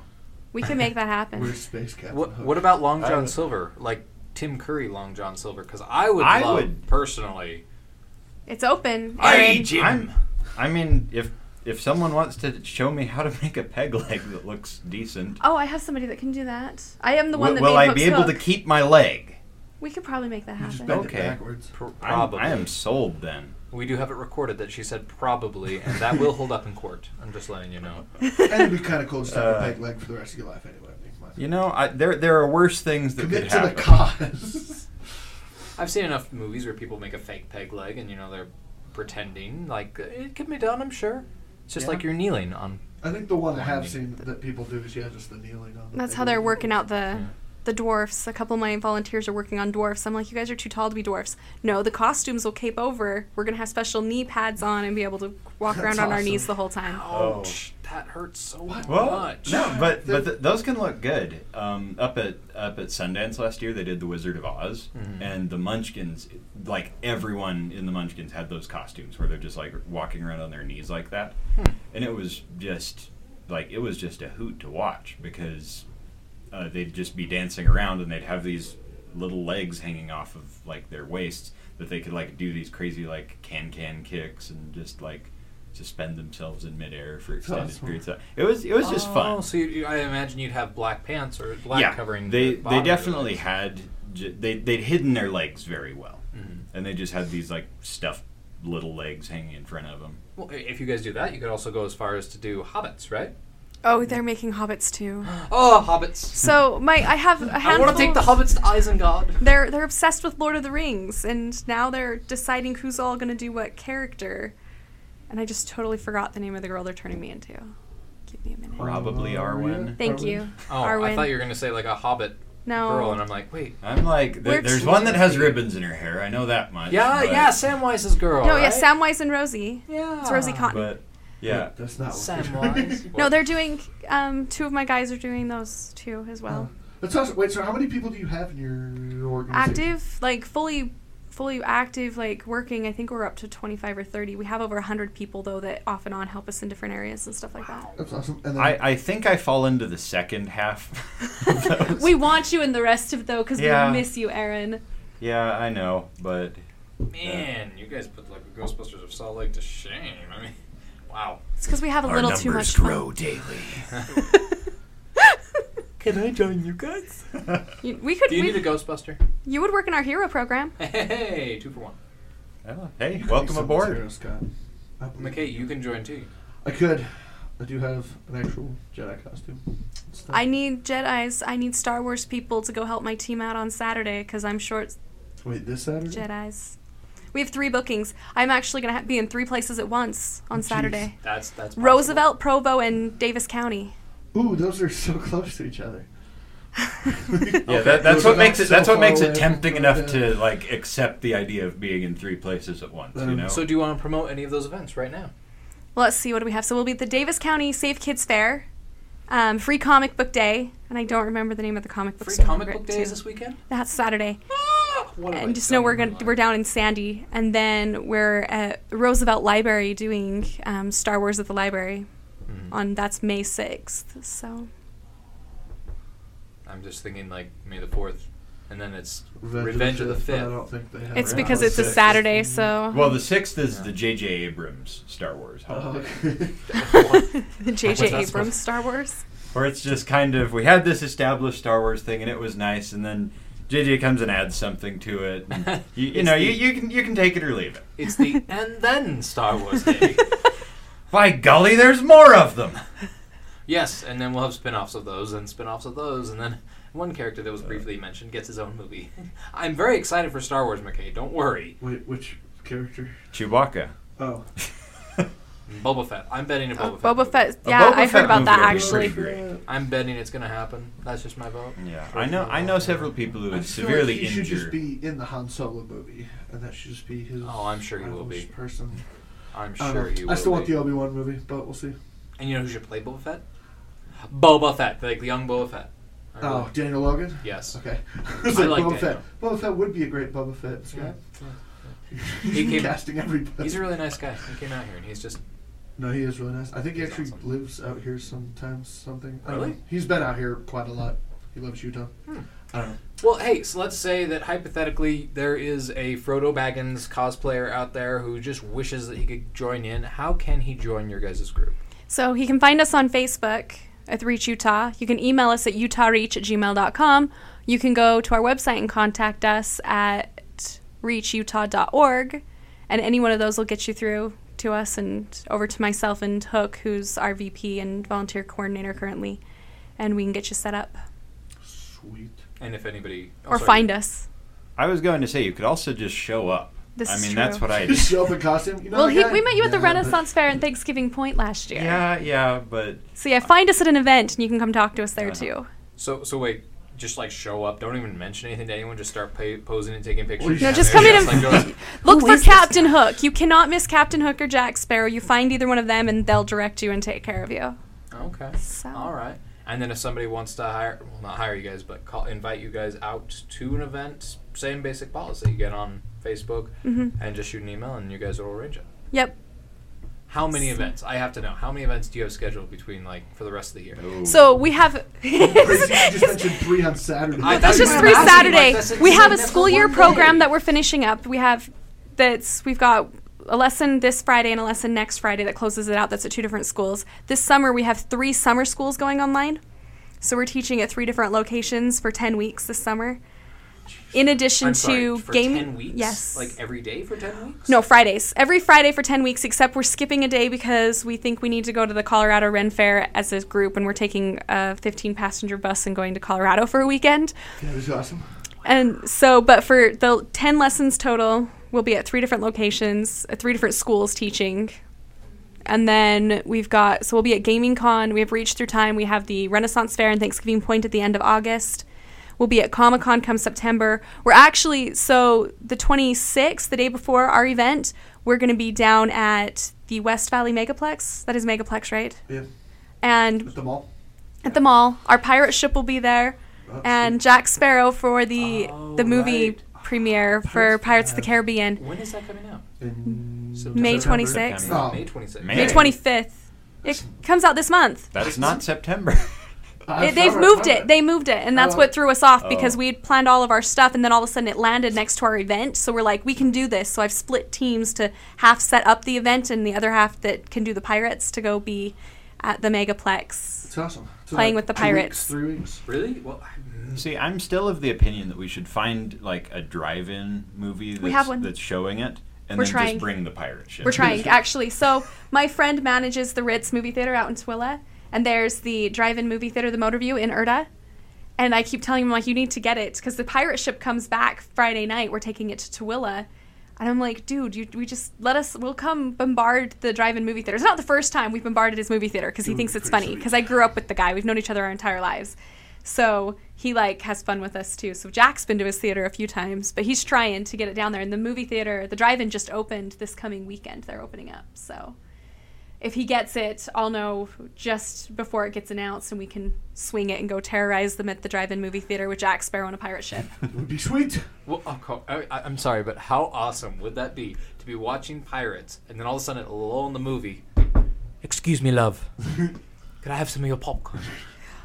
Speaker 7: We can make that happen.
Speaker 6: We're space captain.
Speaker 5: What
Speaker 6: Hook.
Speaker 5: What about Long
Speaker 6: I
Speaker 5: John
Speaker 6: would-
Speaker 5: Silver? Like Tim Curry, Long John Silver? Because I would
Speaker 8: I
Speaker 5: love
Speaker 8: would-
Speaker 5: personally.
Speaker 7: It's open.
Speaker 5: I
Speaker 8: E
Speaker 7: Aaron.
Speaker 5: Jim.
Speaker 8: I'm, I mean, if if someone wants to show me how to make a peg leg that looks decent,
Speaker 7: Oh, I have somebody that can do that. I am the one
Speaker 8: wi-
Speaker 7: that
Speaker 8: will
Speaker 7: made
Speaker 8: I
Speaker 7: Hook's
Speaker 8: be able
Speaker 7: hook.
Speaker 8: to keep my leg?
Speaker 7: We could probably make that
Speaker 6: Just
Speaker 7: happen.
Speaker 6: bend
Speaker 8: Okay.
Speaker 6: it backwards.
Speaker 5: pr-
Speaker 8: I'm,
Speaker 5: Probably.
Speaker 8: I am sold then.
Speaker 5: We do have it recorded that she said probably, and that will hold up in court. I'm just letting you know.
Speaker 6: and it'd be kind of cool to have a peg leg for the rest of your life anyway. I think. Might as
Speaker 8: You know, I, there there are worse things that
Speaker 6: well.
Speaker 8: could
Speaker 6: Commit to the
Speaker 8: happen.
Speaker 6: cause. [LAUGHS]
Speaker 5: I've seen enough movies where people make a fake peg leg, and you know they're pretending. Like it can be done, I'm sure. It's just
Speaker 8: Yeah.
Speaker 5: like you're kneeling on.
Speaker 6: I think the one I have seen that people do is yeah, just the kneeling on. the
Speaker 7: That's
Speaker 6: peg
Speaker 7: how they're
Speaker 6: leg.
Speaker 7: working out the the dwarfs. A couple of my volunteers are working on dwarfs. I'm like, you guys are too tall to be dwarfs. No, the costumes will cape over. We're gonna have special knee pads on and be able to walk around
Speaker 6: That's
Speaker 7: on our
Speaker 6: awesome.
Speaker 7: knees the whole time.
Speaker 5: Ouch! That hurts so
Speaker 8: Well,
Speaker 5: much. Oh,
Speaker 8: no, but but th- those can look good. Um, up at up at Sundance last year, they did the Wizard of Oz, and the Munchkins, like everyone in the Munchkins, had those costumes where they're just like walking around on their knees like that, and it was just like it was just a hoot to watch because uh, they'd just be dancing around and they'd have these little legs hanging off of like their waists that they could like do these crazy like can can kicks and just like suspend themselves in midair for extended
Speaker 6: awesome.
Speaker 8: periods. of time. It was it was just
Speaker 5: Oh,
Speaker 8: fun.
Speaker 5: so you, you- I imagine you'd have black pants or black
Speaker 8: Yeah,
Speaker 5: covering.
Speaker 8: they
Speaker 5: the bottom
Speaker 8: they
Speaker 5: of your
Speaker 8: definitely
Speaker 5: legs.
Speaker 8: had j- they they'd hidden their legs very well,
Speaker 5: Mm-hmm.
Speaker 8: and they just had these like stuffed little legs hanging in front of them.
Speaker 5: Well, i- if you guys do that, you could also go as far as to do hobbits, right?
Speaker 7: Oh, they're making hobbits too.
Speaker 8: Uh,
Speaker 5: Oh, hobbits!
Speaker 7: So my, I have a
Speaker 5: I
Speaker 7: handful.
Speaker 5: want to take the hobbits to Isengard.
Speaker 7: They're they're obsessed with Lord of the Rings, and now they're deciding who's all gonna do what character. And I just totally forgot the name of the girl they're turning me into. Give me a minute.
Speaker 8: Probably Arwen.
Speaker 7: Thank you.
Speaker 5: Oh, I
Speaker 7: Arwen.
Speaker 5: thought you were gonna say like a Hobbit
Speaker 7: No.
Speaker 5: girl, and I'm like, wait.
Speaker 8: I'm like, th-
Speaker 7: We're
Speaker 8: there's one that has ribbons in her hair. I know that much.
Speaker 5: Yeah,
Speaker 8: but-
Speaker 5: yeah, Samwise's girl.
Speaker 7: no,
Speaker 5: right?
Speaker 7: yeah, Samwise and Rosie.
Speaker 5: Yeah.
Speaker 7: It's Rosie Cotton.
Speaker 8: But yeah,
Speaker 6: That's not what we're doing.
Speaker 5: Samwise. [LAUGHS]
Speaker 7: no, they're doing. Um, two of my guys are doing those two as well.
Speaker 6: [LAUGHS] That's awesome. Wait, so how many people do you have in your organization?
Speaker 7: active, like fully, fully active, like working. I think we're up to twenty five or thirty. We have over hundred people though that off and on help us in different areas and stuff
Speaker 6: [LAUGHS]
Speaker 7: like that.
Speaker 6: That's awesome. And then
Speaker 8: I, I think I fall into the second half. [LAUGHS] of those.
Speaker 7: We want you in the rest of though because
Speaker 8: Yeah.
Speaker 7: we miss you, Aaron.
Speaker 8: yeah, I know, but
Speaker 5: Man, you guys put like the Ghostbusters of Salt Lake to shame. I mean, [LAUGHS] wow.
Speaker 7: It's because we have a little too much [LAUGHS] fun.
Speaker 8: daily. [LAUGHS]
Speaker 5: Can I join you guys?
Speaker 7: You, we could.
Speaker 5: Do you
Speaker 7: we,
Speaker 5: need a Ghostbuster?
Speaker 7: you would work in our hero program.
Speaker 5: Hey, two for one.
Speaker 8: Oh, Hey,
Speaker 6: Thanks
Speaker 8: welcome
Speaker 6: so much,
Speaker 8: aboard.
Speaker 6: Hero Scott. I believe-
Speaker 5: McKay, you can join too.
Speaker 6: I could. I do have an actual Jedi costume. and stuff.
Speaker 7: I need Jedi's. I need Star Wars people to go help my team out on Saturday because I'm short
Speaker 6: Wait, this Saturday?
Speaker 7: Jedi's. We have three bookings. I'm actually gonna ha- be in three places at once on Saturday.
Speaker 5: That's that's possible.
Speaker 7: Roosevelt, Provo, and Davis County.
Speaker 6: Ooh, those are so close to each other.
Speaker 8: Yeah, that, that's
Speaker 6: Those are
Speaker 8: what
Speaker 6: not
Speaker 8: makes it.
Speaker 6: so
Speaker 8: That's what
Speaker 6: far
Speaker 8: makes it
Speaker 6: away.
Speaker 8: tempting enough to like accept the idea of being in three places at once. You
Speaker 6: Um,
Speaker 8: know.
Speaker 5: So, do you want to promote any of those events right now?
Speaker 7: Well, let's see what do we have. So we'll be at the Davis County Safe Kids Fair, um, free comic book day, and I don't remember the name of the comic book.
Speaker 5: Free
Speaker 7: store,
Speaker 5: comic
Speaker 7: Margaret,
Speaker 5: book days
Speaker 7: too.
Speaker 5: this weekend.
Speaker 7: That's Saturday,
Speaker 5: What have I
Speaker 7: and just
Speaker 5: done
Speaker 7: know we're
Speaker 5: with
Speaker 7: gonna
Speaker 5: Oh, my life?
Speaker 7: we're down in Sandy, and then we're at Roosevelt Library doing um, Star Wars at the library. On that's May sixth. So
Speaker 5: I'm just thinking like May the Fourth, and then it's
Speaker 6: Revenge, of the Fifth. but I don't think they have.
Speaker 7: it's
Speaker 6: that.
Speaker 7: because
Speaker 8: on
Speaker 7: it's a
Speaker 8: 6th.
Speaker 7: Saturday. So
Speaker 8: well, the sixth is the J.J. Abrams Star Wars
Speaker 6: Oh, [LAUGHS]
Speaker 8: holiday,
Speaker 6: okay.
Speaker 7: the [LAUGHS]
Speaker 5: What's
Speaker 7: J.J.
Speaker 5: that supposed-
Speaker 7: Abrams Star Wars.
Speaker 8: where it's just kind of we had this established Star Wars thing and it was nice, and then J.J. comes and adds something to it.
Speaker 7: [LAUGHS]
Speaker 8: and you, you know, you, you can you can take it or leave it.
Speaker 5: It's the and then Star Wars Day.
Speaker 8: By golly, there's more of them.
Speaker 5: yes, and then we'll have spin-offs of those, and spin-offs of those, and then one character that was briefly mentioned gets his own movie. [LAUGHS] I'm very excited for Star Wars, McKay. Don't worry,
Speaker 6: Wait, which character?
Speaker 8: Chewbacca.
Speaker 6: Oh,
Speaker 5: Boba Fett. I'm betting a Boba,
Speaker 7: Uh, Boba
Speaker 5: Fett.
Speaker 7: Fett.
Speaker 8: A
Speaker 7: Yeah,
Speaker 8: Boba
Speaker 7: I
Speaker 8: Fett
Speaker 7: heard about
Speaker 8: movie
Speaker 7: that
Speaker 8: would be
Speaker 7: actually.
Speaker 8: pretty great.
Speaker 5: I'm betting it's gonna happen. That's just my vote.
Speaker 8: Yeah, I know. I know several people who
Speaker 6: I
Speaker 8: have
Speaker 6: just feel like
Speaker 8: severely
Speaker 6: he should just
Speaker 8: injured.
Speaker 6: be in the Han Solo movie, and that should just be his.
Speaker 5: Oh, I'm sure he will
Speaker 6: Star
Speaker 5: be.
Speaker 6: Wars Person,
Speaker 5: I'm
Speaker 6: I,
Speaker 5: sure
Speaker 6: don't know.
Speaker 5: you.
Speaker 6: Uh, I
Speaker 5: will
Speaker 6: still want
Speaker 5: be.
Speaker 6: the Obi Wan movie, but we'll see.
Speaker 5: And you know who should play Boba Fett? Boba Fett, like the young Boba Fett. I
Speaker 6: Oh,
Speaker 5: really-
Speaker 6: Daniel Logan.
Speaker 5: yes.
Speaker 6: Okay. I [LAUGHS]
Speaker 5: I like
Speaker 6: Boba
Speaker 5: Daniel.
Speaker 6: Fett. Boba Fett would be a great Boba Fett. Scott. [LAUGHS] He's
Speaker 5: came-
Speaker 6: casting everybody.
Speaker 5: He's a really nice guy. He came out here and he's just
Speaker 6: no, he is really nice. I think he
Speaker 5: He's
Speaker 6: actually
Speaker 5: awesome.
Speaker 6: lives out here sometimes. Something. I don't
Speaker 5: Really?
Speaker 6: know. He's been out here quite a lot. He loves Utah. I don't know.
Speaker 5: Well, hey, so let's say that hypothetically there is a Frodo Baggins cosplayer out there who just wishes that he could join in. How can he join your guys' group?
Speaker 7: So you can find us on Facebook at Reach Utah. You can email us at utahreach at gmail.com. You can go to our website and contact us at reachutah.org. And any one of those will get you through to us and over to myself and Hook, who's our VP and volunteer coordinator currently. And we can get you set up
Speaker 6: Sweet.
Speaker 5: And if anybody oh,
Speaker 7: or
Speaker 5: sorry.
Speaker 7: find us.
Speaker 8: I was going to say you could also just show up.
Speaker 7: This
Speaker 8: I
Speaker 7: is
Speaker 8: mean, that's
Speaker 7: true.
Speaker 8: what
Speaker 7: [LAUGHS]
Speaker 8: I did.
Speaker 6: [LAUGHS] Just show up in costume. You know
Speaker 7: well,
Speaker 6: the
Speaker 7: he,
Speaker 6: guy?
Speaker 7: we met you at the
Speaker 6: Yeah, but-
Speaker 7: Renaissance Fair and Thanksgiving Point last year.
Speaker 8: Yeah, yeah, but
Speaker 7: So yeah, find us at an event and you can come talk to us there
Speaker 8: Uh-huh.
Speaker 7: too.
Speaker 5: so so wait, just like show up. Don't even mention anything to anyone. Just start pa posing and taking pictures.
Speaker 6: No,
Speaker 5: And
Speaker 6: [LAUGHS]
Speaker 7: just
Speaker 5: there
Speaker 7: come in
Speaker 5: she
Speaker 7: and-
Speaker 5: is, like, goes,
Speaker 7: Look for Captain Hook. You cannot miss Captain Hook or Jack Sparrow. You find either one of them, and they'll direct you and take care of you.
Speaker 5: okay,
Speaker 7: So-
Speaker 5: all right. And then if somebody wants to hire, well, not hire you guys, but call, invite you guys out to an event, same basic policy. You get on Facebook
Speaker 7: Mm-hmm.
Speaker 5: and just shoot an email, and you guys will arrange it.
Speaker 7: Yep.
Speaker 5: How many events? I have to know. How many events do you have scheduled between like for the rest of the year?
Speaker 7: So
Speaker 5: [LAUGHS]
Speaker 7: we have. [LAUGHS]
Speaker 6: Crazy. You just mentioned three on Saturday.
Speaker 5: I-
Speaker 7: That's just
Speaker 5: That's
Speaker 7: through
Speaker 5: amazing.
Speaker 7: Saturday.
Speaker 5: Like, that's
Speaker 7: We have a
Speaker 5: insane.
Speaker 7: school
Speaker 5: That's
Speaker 7: year
Speaker 5: one
Speaker 7: program
Speaker 5: day.
Speaker 7: that we're finishing up. We have that's we've got a lesson this Friday and a lesson next Friday that closes it out. That's at two different schools. This summer we have three summer schools going online. So we're teaching at three different locations for 10 weeks this summer. In addition
Speaker 5: I'm
Speaker 7: to
Speaker 5: sorry, for
Speaker 7: game
Speaker 5: ten weeks.
Speaker 7: yes.
Speaker 5: like every day for ten weeks.
Speaker 7: No, Fridays. Every Friday for 10 weeks, except we're skipping a day because we think we need to go to the Colorado Ren Fair as a group, and we're taking a 15 passenger bus and going to Colorado for a weekend.
Speaker 6: That was awesome.
Speaker 7: And so, but for the uh, 10 lessons total, we'll be at three different locations, at three different schools teaching. And then we've got, so we'll be at Gaming Con. We have Reach Through Time. We have the Renaissance Fair and Thanksgiving Point at the end of August. We'll be at Comic Con come September. We're actually, so the 26th, the day before our event, we're going to be down at the West Valley Megaplex. That is Megaplex, right?
Speaker 6: Yeah.
Speaker 7: And
Speaker 6: At the mall.
Speaker 7: at the mall. Our pirate ship will be there, and Jack Sparrow for the the movie premiere for Oh, Pirates of the Caribbean.
Speaker 5: When is that coming out?
Speaker 7: May
Speaker 5: September.
Speaker 7: 26th.
Speaker 5: September. May 26th.
Speaker 7: May 25th. It comes out this month.
Speaker 8: That's not September. [LAUGHS]
Speaker 7: They- they've moved it. They moved it, and that's
Speaker 8: Oh.
Speaker 7: what threw us off
Speaker 8: Oh.
Speaker 7: because we had planned all of our stuff, and then all of a sudden it landed next to our event. So we're like, we can do this. So I've split teams to half set up the event, and the other half that can do the pirates to go be at the Megaplex.
Speaker 6: It's awesome.
Speaker 7: playing with the pirates.
Speaker 6: Three weeks.
Speaker 5: Really? Well,
Speaker 8: See, I'm still of the opinion that we should find like a drive-in movie that's,
Speaker 7: We have one.
Speaker 8: that's showing it, and
Speaker 7: We're
Speaker 8: then
Speaker 7: trying.
Speaker 8: just bring the pirate ship.
Speaker 7: We're trying, actually. So my friend manages the Ritz movie theater out in Twilla, and there's the drive-in movie theater, the Motor View in Erta. And I keep telling him like, you need to get it because the pirate ship comes back Friday night. We're taking it to Twilla, and I'm like, dude, you, we just let us. We'll come bombard the drive-in movie theater. It's not the first time we've bombarded his movie theater because he thinks it's funny. Because I grew up with the guy. We've known each other our entire lives. So he like has fun with us too. So Jack's been to his theater a few times, but he's trying to get it down there. And the movie theater, the drive-in just opened this coming weekend. They're opening up. So if he gets it, I'll know just before it gets announced, and we can swing it and go terrorize them at the drive-in movie theater with Jack Sparrow on a pirate ship.
Speaker 6: It would be sweet.
Speaker 5: Well, of co- I, I- I'm sorry, but how awesome would that be to be watching Pirates and then all of a sudden, lull in the movie, excuse me, love, could I have some of your popcorn?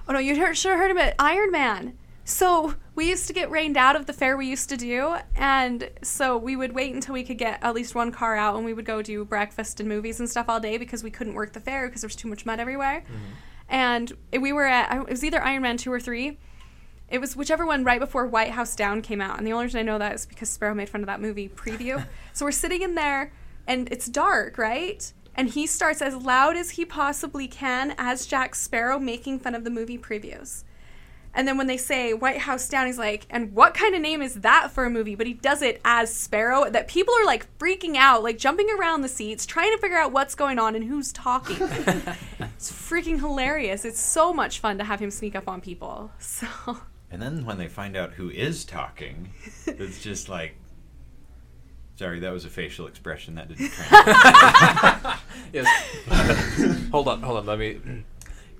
Speaker 7: Oh no, you heard, sure heard about Iron Man. So we used to get rained out of the fair we used to do, and so we would wait until we could get at least one car out, and we would go do breakfast and movies and stuff all day because we couldn't work the fair because there was too much mud everywhere. And we were at I- it was either Iron Man two or three. It was whichever one right before White House Down came out, and the only reason I know that is because Sparrow made fun of that movie preview. so we're sitting in there, and it's dark, right? And he starts as loud as he possibly can as Jack Sparrow making fun of the movie previews. And then when they say White House Down, he's like, and what kind of name is that for a movie? But he does it as Sparrow, that people are like freaking out, like jumping around the seats, trying to figure out what's going on and who's talking. it's freaking hilarious. It's so much fun to have him sneak up on people. [LAUGHS] So,
Speaker 8: And then when they find out who
Speaker 7: [LAUGHS]
Speaker 8: is talking, it's just like, sorry, that was a facial expression that didn't translate.
Speaker 5: Yes. [LAUGHS] hold on, hold on. Let me.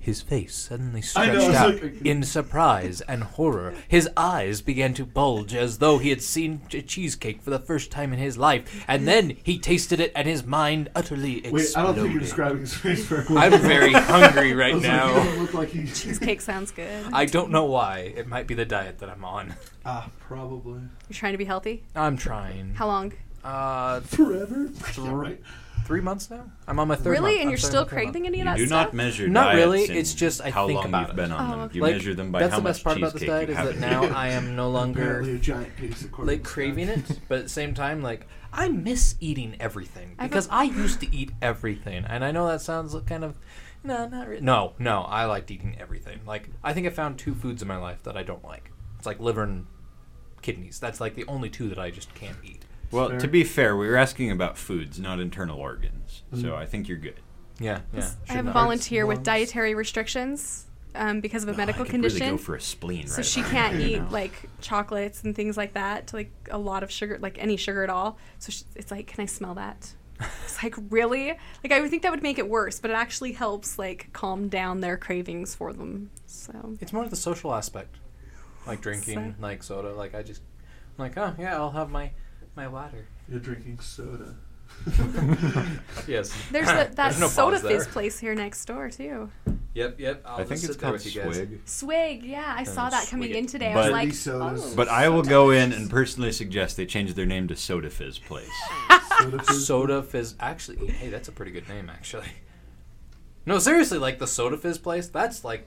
Speaker 5: His face suddenly
Speaker 6: I
Speaker 5: stretched
Speaker 6: know, I was
Speaker 5: out
Speaker 6: like-
Speaker 5: in surprise and horror. His eyes began to bulge as though he had seen ch- cheesecake for the first time in his life, and then he tasted it, and his mind utterly exploded.
Speaker 6: Wait, I don't think you're describing his face very well.
Speaker 5: I'm very hungry right
Speaker 6: I was like,
Speaker 5: now.
Speaker 6: [LAUGHS] he [LAUGHS] doesn't look like he-
Speaker 7: cheesecake sounds good.
Speaker 5: I don't know why. It might be the diet that I'm on.
Speaker 6: Ah, probably.
Speaker 7: You're trying to be healthy?
Speaker 5: I'm trying.
Speaker 7: How long?
Speaker 5: Uh,
Speaker 6: Forever?
Speaker 5: three, three months now. I'm on my third.
Speaker 7: really?
Speaker 5: month.
Speaker 7: And
Speaker 5: I'm
Speaker 7: you're
Speaker 5: starting
Speaker 7: still
Speaker 5: my third month.
Speaker 7: craving any
Speaker 8: you
Speaker 7: of that
Speaker 8: do
Speaker 7: stuff?
Speaker 8: not measure
Speaker 5: Not
Speaker 8: diets
Speaker 5: really,
Speaker 8: and
Speaker 5: it's just I
Speaker 8: how
Speaker 5: think
Speaker 8: long
Speaker 5: about
Speaker 8: you've
Speaker 5: it.
Speaker 8: been on
Speaker 7: Oh,
Speaker 8: them.
Speaker 7: okay.
Speaker 8: You
Speaker 5: Like,
Speaker 8: measure them by
Speaker 5: that's
Speaker 8: how
Speaker 5: the best
Speaker 8: much
Speaker 5: part about this diet
Speaker 8: cheesecake you
Speaker 5: is
Speaker 8: have
Speaker 5: that
Speaker 8: in
Speaker 5: now
Speaker 8: you.
Speaker 5: I am no
Speaker 6: Apparently
Speaker 5: longer
Speaker 6: a giant piece of
Speaker 5: like craving it, but at the same time, like I miss eating everything
Speaker 7: I've-
Speaker 5: because I used to eat everything, and I know that sounds kind of no, not re- no, no. I liked eating everything. Like I think I found two foods in my life that I don't like. It's like liver and kidneys. That's like the only two that I just can't eat.
Speaker 8: Well, to be fair, we were asking about foods, not internal organs.
Speaker 5: Mm-hmm.
Speaker 8: So I think you're good.
Speaker 5: Yeah, yeah.
Speaker 7: I have a volunteer with dietary restrictions um, because of a medical
Speaker 8: I could
Speaker 7: condition.
Speaker 8: Really go for a spleen
Speaker 7: so
Speaker 8: right
Speaker 7: she
Speaker 8: about
Speaker 7: can't
Speaker 8: now.
Speaker 7: eat like chocolates and things like that, like a lot of sugar, like any sugar at all. So she, it's like, can I smell that? It's
Speaker 8: [LAUGHS]
Speaker 7: like really, like I would think that would make it worse, but it actually helps like calm down their cravings for them. So
Speaker 5: It's more of the social aspect, like drinking, like soda. Like I just, I'm like, oh yeah, I'll have my my water.
Speaker 6: You're drinking [LAUGHS] soda.
Speaker 5: Yes. [LAUGHS]
Speaker 8: [COUGHS]
Speaker 7: there's the, that
Speaker 5: no
Speaker 7: soda
Speaker 5: pause there.
Speaker 7: fizz place here next door too.
Speaker 5: Yep, yep. I'll
Speaker 8: I think
Speaker 5: just
Speaker 8: it's
Speaker 5: sit there
Speaker 8: called
Speaker 5: with you guys.
Speaker 8: swig.
Speaker 7: Swig, yeah, I saw that coming
Speaker 5: Swig it.
Speaker 7: in today.
Speaker 8: But-
Speaker 7: I
Speaker 6: Dirty
Speaker 7: was like,
Speaker 6: sodas.
Speaker 7: oh.
Speaker 8: But I will go in and personally suggest they change their name to Soda Fizz Place.
Speaker 6: Soda fizz.
Speaker 5: Soda Fizz. Actually, hey, that's a pretty good name, actually. No, seriously, like the Soda Fizz place, that's like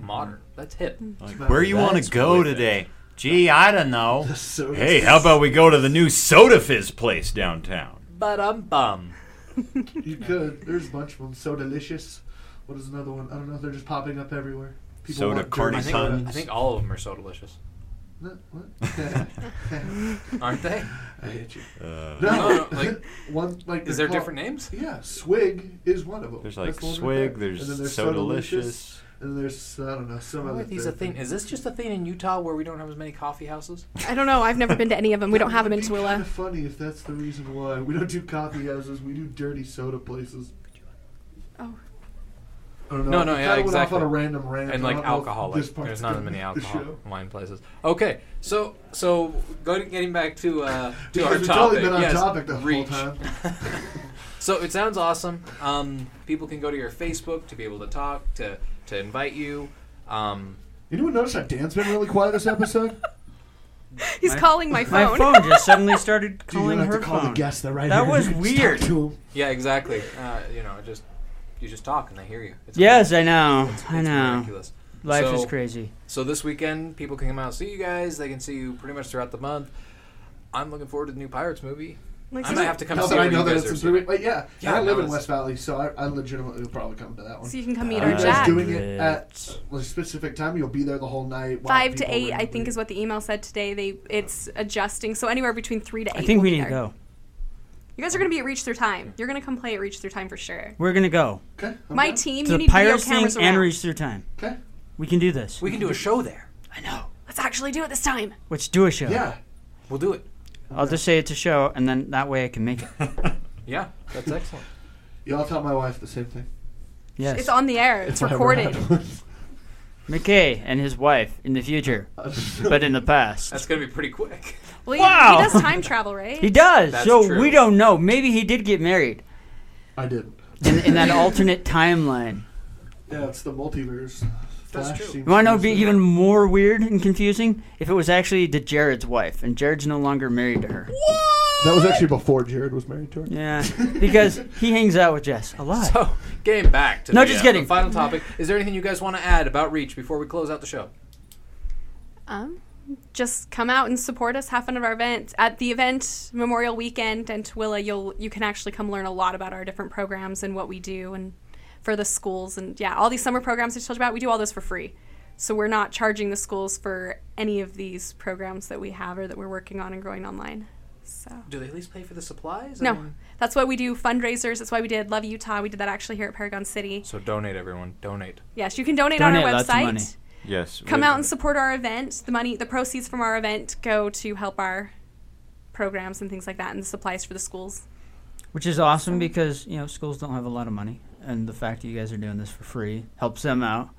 Speaker 5: modern. That's hip.
Speaker 8: Like, where you want to go today? Gee, I don't know.
Speaker 6: soda
Speaker 8: Hey, how about we go to the new Soda Fizz Place downtown?
Speaker 5: But I'm bum.
Speaker 6: You could. There's a bunch of them. So delicious. What is another one? I don't know. They're just popping up everywhere.
Speaker 8: Soda
Speaker 6: want dirty
Speaker 8: corny
Speaker 5: I think,
Speaker 8: Tons.
Speaker 5: I think all of them are so delicious. [LAUGHS] Aren't they?
Speaker 6: I hate you.
Speaker 5: Uh,
Speaker 6: [LAUGHS] no,
Speaker 5: No, no, like-
Speaker 6: one like
Speaker 5: Is
Speaker 6: they're
Speaker 5: there different names?
Speaker 6: Yeah, Swig is one of them.
Speaker 8: There's, like,
Speaker 6: That's the one right
Speaker 8: Swig,
Speaker 6: there.
Speaker 8: there's
Speaker 6: and then there's
Speaker 8: So Delicious.
Speaker 6: and then there's I don't know some
Speaker 5: Why
Speaker 6: other.
Speaker 5: are these a
Speaker 6: third
Speaker 5: thing? Is this just a thing in Utah where we don't have as many coffee houses?
Speaker 7: I don't know. I've never been to any of them. We don't have them in
Speaker 6: It'd be [LAUGHS]
Speaker 7: Tooele.
Speaker 6: kinda funny if that's the reason why we don't do coffee houses. We do dirty soda places.
Speaker 7: Oh.
Speaker 6: I don't know.
Speaker 5: No, no,
Speaker 6: I
Speaker 5: yeah,
Speaker 6: kinda
Speaker 5: exactly.
Speaker 6: Went off on a random rant.
Speaker 5: and
Speaker 6: I
Speaker 5: like
Speaker 6: don't know if
Speaker 5: alcohol,
Speaker 6: this
Speaker 5: like,
Speaker 6: part's
Speaker 5: there's not as
Speaker 6: gonna
Speaker 5: many
Speaker 6: make the show.
Speaker 5: alcohol wine places. Okay, so so going getting back to uh, to
Speaker 6: Because
Speaker 5: our
Speaker 6: we've
Speaker 5: topic.
Speaker 6: totally been on
Speaker 5: yes,
Speaker 6: topic the whole
Speaker 5: reach.
Speaker 6: time.
Speaker 5: so it sounds awesome. Um, people can go to your Facebook to be able to talk to to invite you. Um,
Speaker 6: Anyone notice how Dan's been really quiet this episode?
Speaker 7: He's calling my
Speaker 4: My
Speaker 7: phone.
Speaker 4: phone just suddenly
Speaker 6: [LAUGHS]
Speaker 4: started
Speaker 6: Dude, you
Speaker 4: calling
Speaker 6: don't have
Speaker 4: her
Speaker 6: to call
Speaker 4: phone.
Speaker 6: the guests. They're right
Speaker 4: that
Speaker 6: here.
Speaker 4: was
Speaker 6: You can just
Speaker 4: weird.
Speaker 6: talk to 'em.
Speaker 5: yeah, exactly. Uh, you know, just you just talk and they hear you. It's
Speaker 4: Yes,
Speaker 5: amazing.
Speaker 4: I know.
Speaker 5: It's-
Speaker 4: I
Speaker 5: it's
Speaker 4: know.
Speaker 5: miraculous.
Speaker 4: Life is crazy.
Speaker 5: So this weekend, people can come out and see you guys. They can see you pretty much throughout the month. I'm looking forward to the new Pirates movie.
Speaker 7: Like,
Speaker 5: I
Speaker 7: so-
Speaker 5: might have to come
Speaker 6: Now
Speaker 5: see
Speaker 6: that I
Speaker 5: where
Speaker 6: know
Speaker 5: you
Speaker 6: that
Speaker 5: guys
Speaker 6: it's
Speaker 5: are
Speaker 6: a
Speaker 5: doing
Speaker 6: streaming- Wait, yeah,
Speaker 5: Yeah,
Speaker 6: And I
Speaker 5: no,
Speaker 6: live in
Speaker 5: it's-
Speaker 6: West Valley, so I, I legitimately will probably come to that one.
Speaker 7: So you can come meet
Speaker 6: Are
Speaker 7: our
Speaker 6: you guys
Speaker 7: Jack.
Speaker 6: doing it at a specific time? You'll be there the whole night. while
Speaker 7: Five to
Speaker 6: people
Speaker 7: eight,
Speaker 6: are
Speaker 7: I think, is what the email said today. They it's adjusting, so anywhere between three to eight.
Speaker 4: I think we
Speaker 7: we'll be
Speaker 4: need to
Speaker 7: there.
Speaker 4: go.
Speaker 7: You guys are gonna be at Reach Through Time. You're gonna come play at Reach Through Time for sure.
Speaker 4: We're gonna go
Speaker 6: Okay.
Speaker 7: My team,
Speaker 4: to the
Speaker 7: you need video
Speaker 4: Pirates thing
Speaker 7: cameras around.
Speaker 4: and reach through time.
Speaker 6: Okay.
Speaker 4: We can do this.
Speaker 5: We can do a show there.
Speaker 7: Let's actually do it this time.
Speaker 4: Let's do a show.
Speaker 6: Yeah.
Speaker 5: We'll do it.
Speaker 4: I'll just say it's a show, and then that way I can
Speaker 5: [LAUGHS]
Speaker 4: make it.
Speaker 5: Yeah, [LAUGHS] that's excellent.
Speaker 6: Y'all taught my wife the same thing.
Speaker 4: Yes.
Speaker 7: It's on the air. It's
Speaker 6: That's why we're
Speaker 7: recorded.
Speaker 6: not-
Speaker 4: McKay and his wife in the
Speaker 6: [LAUGHS]
Speaker 4: future, but in the past.
Speaker 5: That's gonna be pretty quick.
Speaker 7: Well, he-
Speaker 4: Wow.
Speaker 7: he, does time travel, right?
Speaker 4: He does.
Speaker 5: That's
Speaker 4: so
Speaker 5: true.
Speaker 4: we don't know. Maybe he did get married
Speaker 6: [LAUGHS] I didn't.
Speaker 4: in, in
Speaker 5: [LAUGHS]
Speaker 4: that alternate timeline.
Speaker 6: Yeah, it's the multiverse. Flash
Speaker 5: true.
Speaker 6: seems
Speaker 4: You want to know
Speaker 6: to
Speaker 4: be
Speaker 6: be-
Speaker 4: even more weird and confusing? If it was actually to Jared's wife, and Jared's no longer married to her.
Speaker 6: That was actually before Jared was married to her.
Speaker 4: Yeah, because he hangs out with Jess a
Speaker 5: [LAUGHS]
Speaker 4: lot.
Speaker 5: So, getting Oh, back to
Speaker 4: No,
Speaker 5: the,
Speaker 4: just
Speaker 5: uh,
Speaker 4: kidding.
Speaker 5: the final topic. Is there anything you guys want to add about Reach before we close out the show?
Speaker 7: Um, just come out and support us. Have fun at our event. At the event, Memorial Weekend and Twilla, you'll you can actually come learn a lot about our different programs and what we do and for the schools and yeah, all these summer programs I told you about. We do all this for free, so we're not charging the schools for any of these programs that we have or that we're working on and growing online. So
Speaker 5: Do they at least pay for the supplies? I
Speaker 7: no,
Speaker 4: Mm.
Speaker 5: mean-
Speaker 7: that's why we do fundraisers. That's why we did Love Utah. We did that actually here at Paragon City.
Speaker 5: So donate, everyone. Donate.
Speaker 7: Yes, you can donate, on
Speaker 4: Donate
Speaker 7: our
Speaker 4: lots of
Speaker 7: website
Speaker 4: money.
Speaker 8: Yes.
Speaker 7: come
Speaker 8: we-
Speaker 7: out and support our event. The money, the proceeds from our event go to help our programs and things like that, and the supplies for the schools.
Speaker 4: Which is awesome because, you know, schools don't have a lot of money. And the fact that you guys are doing this for free helps them out.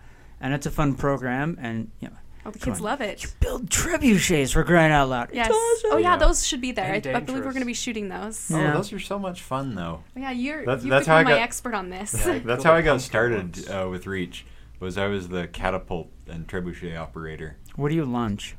Speaker 4: And it's a fun program. And, you know,
Speaker 7: Oh, the
Speaker 4: Come
Speaker 7: kids
Speaker 4: on.
Speaker 7: love it.
Speaker 4: build trebuchets for crying out loud.
Speaker 7: Yes. Oh yeah,
Speaker 8: Yeah.
Speaker 7: those should be there. I,
Speaker 5: And
Speaker 7: I believe we're
Speaker 5: dangerous.
Speaker 7: going to be shooting those.
Speaker 8: Oh,
Speaker 4: Yeah.
Speaker 8: those are so much fun, though.
Speaker 7: Oh, yeah, you're
Speaker 8: That's-
Speaker 7: you've
Speaker 8: that's how I
Speaker 7: become my
Speaker 8: got-
Speaker 7: expert on this.
Speaker 8: That's how I got started uh, with Reach. Was I was the catapult and trebuchet operator.
Speaker 4: What do you lunch?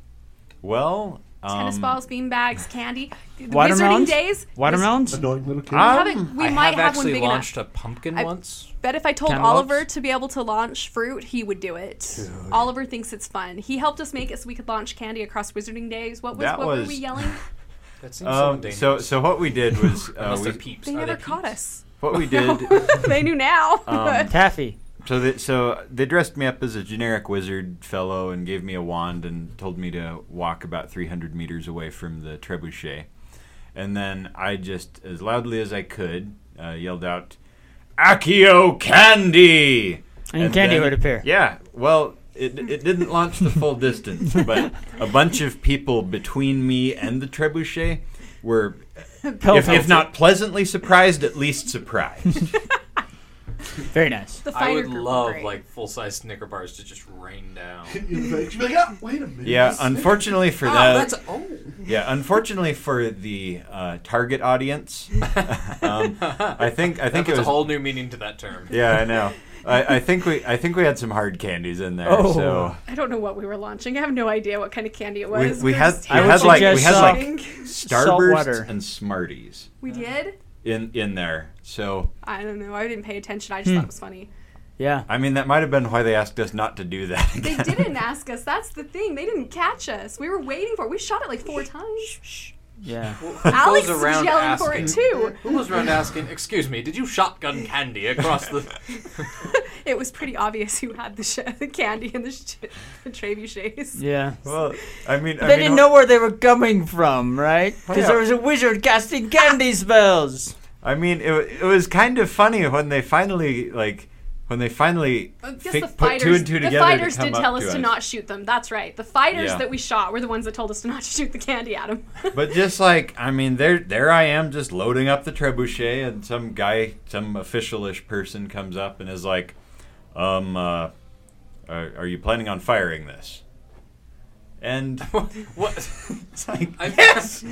Speaker 8: Well,
Speaker 7: [LAUGHS]
Speaker 8: um,
Speaker 7: Tennis balls, bean bags, candy. The
Speaker 4: Watermelons?
Speaker 7: Wizarding days.
Speaker 4: Watermelons?
Speaker 6: Annoying little kid.
Speaker 7: We,
Speaker 8: I-
Speaker 7: haven't- we
Speaker 5: Um, I
Speaker 7: might
Speaker 5: have
Speaker 7: have, one
Speaker 5: actually
Speaker 7: big
Speaker 5: launched
Speaker 7: enough.
Speaker 5: a pumpkin
Speaker 7: I-
Speaker 5: once.
Speaker 7: Bet if I told
Speaker 4: Cantaloupes?
Speaker 7: Oliver to be able to launch fruit, he would do it. Oliver thinks it's fun. He helped us make it so we could launch candy across Wizarding Days. What was
Speaker 8: That
Speaker 7: what were
Speaker 8: was-
Speaker 7: we
Speaker 8: [LAUGHS]
Speaker 7: yelling?
Speaker 5: That seems
Speaker 8: um,
Speaker 5: dangerous.
Speaker 8: so so what we did was uh,
Speaker 5: Unless
Speaker 8: we,
Speaker 5: they're peeps.
Speaker 7: They
Speaker 5: Are
Speaker 7: never
Speaker 5: they
Speaker 7: caught
Speaker 5: peeps?
Speaker 7: us.
Speaker 8: what we did
Speaker 7: [LAUGHS] they knew now.
Speaker 8: Um,
Speaker 4: Taffy.
Speaker 8: So they, so they dressed me up as a generic wizard fellow and gave me a wand and told me to walk about 300 meters away from the trebuchet. And then I just, as loudly as I could, uh, yelled out, Accio Candy!
Speaker 4: And candy
Speaker 8: then-
Speaker 4: would appear.
Speaker 8: Yeah, well, it, it didn't launch the full
Speaker 4: [LAUGHS]
Speaker 8: distance, but a bunch of people between me and the trebuchet were, if, if not pleasantly surprised, at
Speaker 4: [LAUGHS]
Speaker 8: least surprised.
Speaker 4: Very nice.
Speaker 7: the
Speaker 5: I
Speaker 7: fighter
Speaker 5: would
Speaker 7: group were
Speaker 5: love
Speaker 7: great.
Speaker 5: like full size Snicker bars to just rain
Speaker 8: [LAUGHS]
Speaker 5: down.
Speaker 6: You'd be like, "Ah, wait a minute.
Speaker 8: yeah,
Speaker 6: this-
Speaker 8: unfortunately
Speaker 5: [LAUGHS]
Speaker 8: for
Speaker 5: oh,
Speaker 8: that.
Speaker 5: that's oh.
Speaker 8: Yeah, unfortunately for the uh, target audience, [LAUGHS] um, I think I
Speaker 5: That
Speaker 8: think it
Speaker 5: puts a
Speaker 8: was.
Speaker 5: whole new meaning to that term.
Speaker 8: yeah, I know. I, I think we I think we had some hard candies in there.
Speaker 4: Oh.
Speaker 8: So
Speaker 7: I don't know what we were launching. I have no idea what kind of candy it
Speaker 8: we,
Speaker 7: was.
Speaker 8: we
Speaker 7: were
Speaker 8: had
Speaker 7: just
Speaker 8: we
Speaker 4: I would
Speaker 8: had like we
Speaker 4: suggest
Speaker 8: had
Speaker 4: salt.
Speaker 8: like
Speaker 7: handling.
Speaker 4: water.
Speaker 8: Starbursts and Smarties
Speaker 7: we did.
Speaker 8: in in there. So
Speaker 7: I don't know. I didn't pay attention.
Speaker 8: Hmm.
Speaker 7: I just thought it was funny.
Speaker 4: Yeah.
Speaker 8: I mean that might have been why they asked us not to do that.
Speaker 7: They
Speaker 8: Again. [LAUGHS]
Speaker 7: didn't ask us. That's the thing. They didn't catch us. We were waiting for it. We shot it like four times.
Speaker 4: Yeah.
Speaker 7: Alex
Speaker 5: Goes
Speaker 7: was
Speaker 5: around
Speaker 7: yelling for it
Speaker 5: asking-
Speaker 7: too. [LAUGHS]
Speaker 8: [LAUGHS]
Speaker 5: Who was around asking, "Excuse me, did you shotgun candy across the?"
Speaker 7: it was pretty obvious who had the, sh- the candy and the, sh- the trebuchets.
Speaker 4: Yeah.
Speaker 8: Well, I mean,
Speaker 4: They
Speaker 8: I mean, Oh,
Speaker 4: didn't know where they were coming from, right? Because
Speaker 8: Yeah.
Speaker 4: there was a wizard casting candy spells.
Speaker 8: I mean, it, wa- it was kind of funny when they finally like when they finally
Speaker 7: I guess
Speaker 8: fi-
Speaker 7: the
Speaker 8: put
Speaker 7: fighters,
Speaker 8: two and two
Speaker 7: the
Speaker 8: together. to
Speaker 7: fighters
Speaker 8: come
Speaker 7: did
Speaker 8: up
Speaker 7: tell us
Speaker 8: to
Speaker 7: to not shoot them. That's right. The fighters
Speaker 8: Yeah.
Speaker 7: that we shot were the ones that told us to not [LAUGHS] shoot the candy at
Speaker 8: [LAUGHS]
Speaker 7: them.
Speaker 8: But just like I mean, there there I am just loading up the trebuchet, and some guy, some officialish person comes up and is like, "Um, uh, are, are you planning on firing this?" [LAUGHS] And
Speaker 5: [LAUGHS] what?
Speaker 8: it's like,
Speaker 5: I'm-
Speaker 8: yes,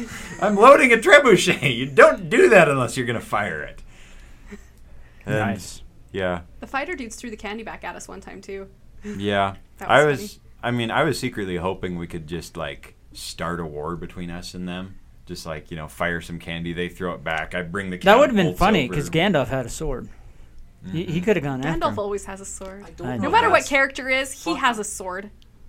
Speaker 8: I'm loading a trebuchet. You don't do that unless you're gonna fire it. And,
Speaker 7: Nice.
Speaker 8: [LAUGHS] Yeah,
Speaker 7: the fighter dudes threw the candy back at us one time too.
Speaker 8: yeah.
Speaker 7: That
Speaker 8: I
Speaker 7: was
Speaker 8: was. I mean, I was secretly hoping we could just like start a war between us and them. Just like you know, fire some candy. They throw it back. I bring the.
Speaker 4: That
Speaker 8: cannon,
Speaker 4: would have been
Speaker 8: bolts
Speaker 4: funny
Speaker 8: over.
Speaker 4: because Gandalf had a sword. He, he could have gone after.
Speaker 7: Gandalf
Speaker 4: him.
Speaker 7: always has a sword.
Speaker 4: I
Speaker 7: No
Speaker 4: know.
Speaker 7: matter what
Speaker 5: That's-
Speaker 7: character is, he has a sword.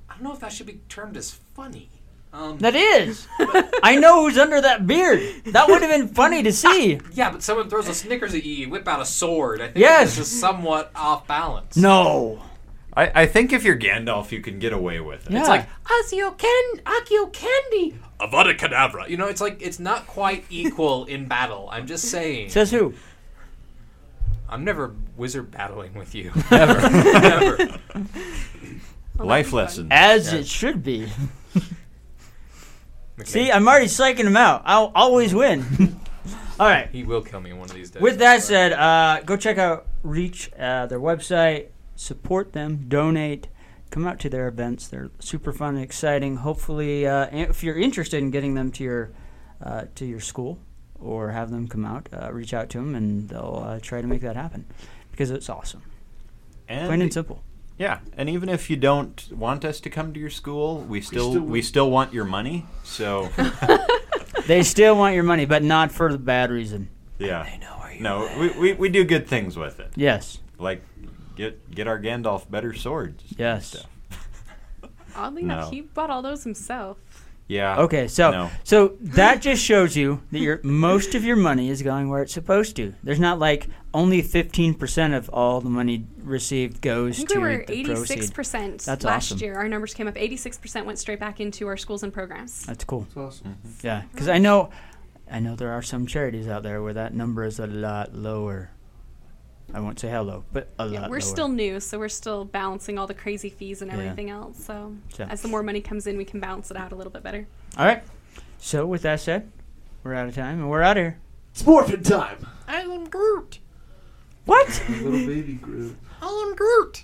Speaker 5: I don't know if that should be termed as funny. Um,
Speaker 4: That is. [LAUGHS] I know who's under that beard. That would have been funny to see.
Speaker 5: Ah, Yeah, but someone throws a Snickers at you, you whip out a sword. I think
Speaker 4: Yes.
Speaker 5: this is somewhat off balance.
Speaker 4: No.
Speaker 8: I, I think if you're Gandalf, you can get away with it.
Speaker 5: It's like
Speaker 4: Osio Ken Akio Candy.
Speaker 5: Avada Kedavra. You know, it's like it's not quite equal in battle. I'm just saying.
Speaker 4: Says who?
Speaker 5: I'm never wizard battling with [LAUGHS] you. Never. never.
Speaker 8: life lesson.
Speaker 4: As it should
Speaker 8: [LAUGHS]
Speaker 4: be. See, I'm already psyching him out. I'll always
Speaker 8: [LAUGHS]
Speaker 4: win. All right.
Speaker 5: He will kill me one of these days.
Speaker 4: With that said, uh, go check out Reach, uh, their website, support them, donate, come out to their events. They're super fun and exciting. Hopefully, uh, if you're interested in getting them to your uh, to your school or have them come out, uh, reach out to them and they'll uh, try to make that happen because it's awesome.
Speaker 8: And-
Speaker 4: Plain and simple.
Speaker 8: Yeah, and even if you don't want us to come to your school, we still we
Speaker 6: still
Speaker 8: still,
Speaker 6: would.
Speaker 8: want your money. [LAUGHS] So
Speaker 4: They still want your money, but not for the bad reason.
Speaker 8: yeah, no, we, we, we do good things with it.
Speaker 4: Yes.
Speaker 8: Like get get our Gandalf better swords.
Speaker 4: Yes.
Speaker 7: Oddly
Speaker 8: No.
Speaker 7: enough, he bought all those himself.
Speaker 8: Yeah.
Speaker 4: Okay, so
Speaker 8: No.
Speaker 4: so that just shows you that your most of your money is going where it's supposed to. There's not like only 15% of all the money received
Speaker 7: I
Speaker 4: goes
Speaker 7: think
Speaker 4: to
Speaker 7: we were
Speaker 4: the proceeds.
Speaker 7: 86%
Speaker 4: That's
Speaker 7: last
Speaker 4: awesome.
Speaker 7: year. Our numbers came up. 86% went straight back into our schools and programs.
Speaker 4: That's cool.
Speaker 6: That's awesome.
Speaker 4: Yeah, cuz I know I know there are some charities out there where that number is a lot lower. I won't say how low, but a lot
Speaker 7: We're
Speaker 4: lower.
Speaker 7: still new, so we're still balancing all the crazy fees and
Speaker 4: Yeah.
Speaker 7: everything else. So,
Speaker 4: So-
Speaker 7: as the more money comes in, we can balance it out a little bit better.
Speaker 4: All right. So with that said, we're out of time and we're out of here.
Speaker 6: It's morphin' time.
Speaker 5: I am Groot.
Speaker 4: What? [LAUGHS]
Speaker 6: Little baby Groot.
Speaker 5: I am Groot.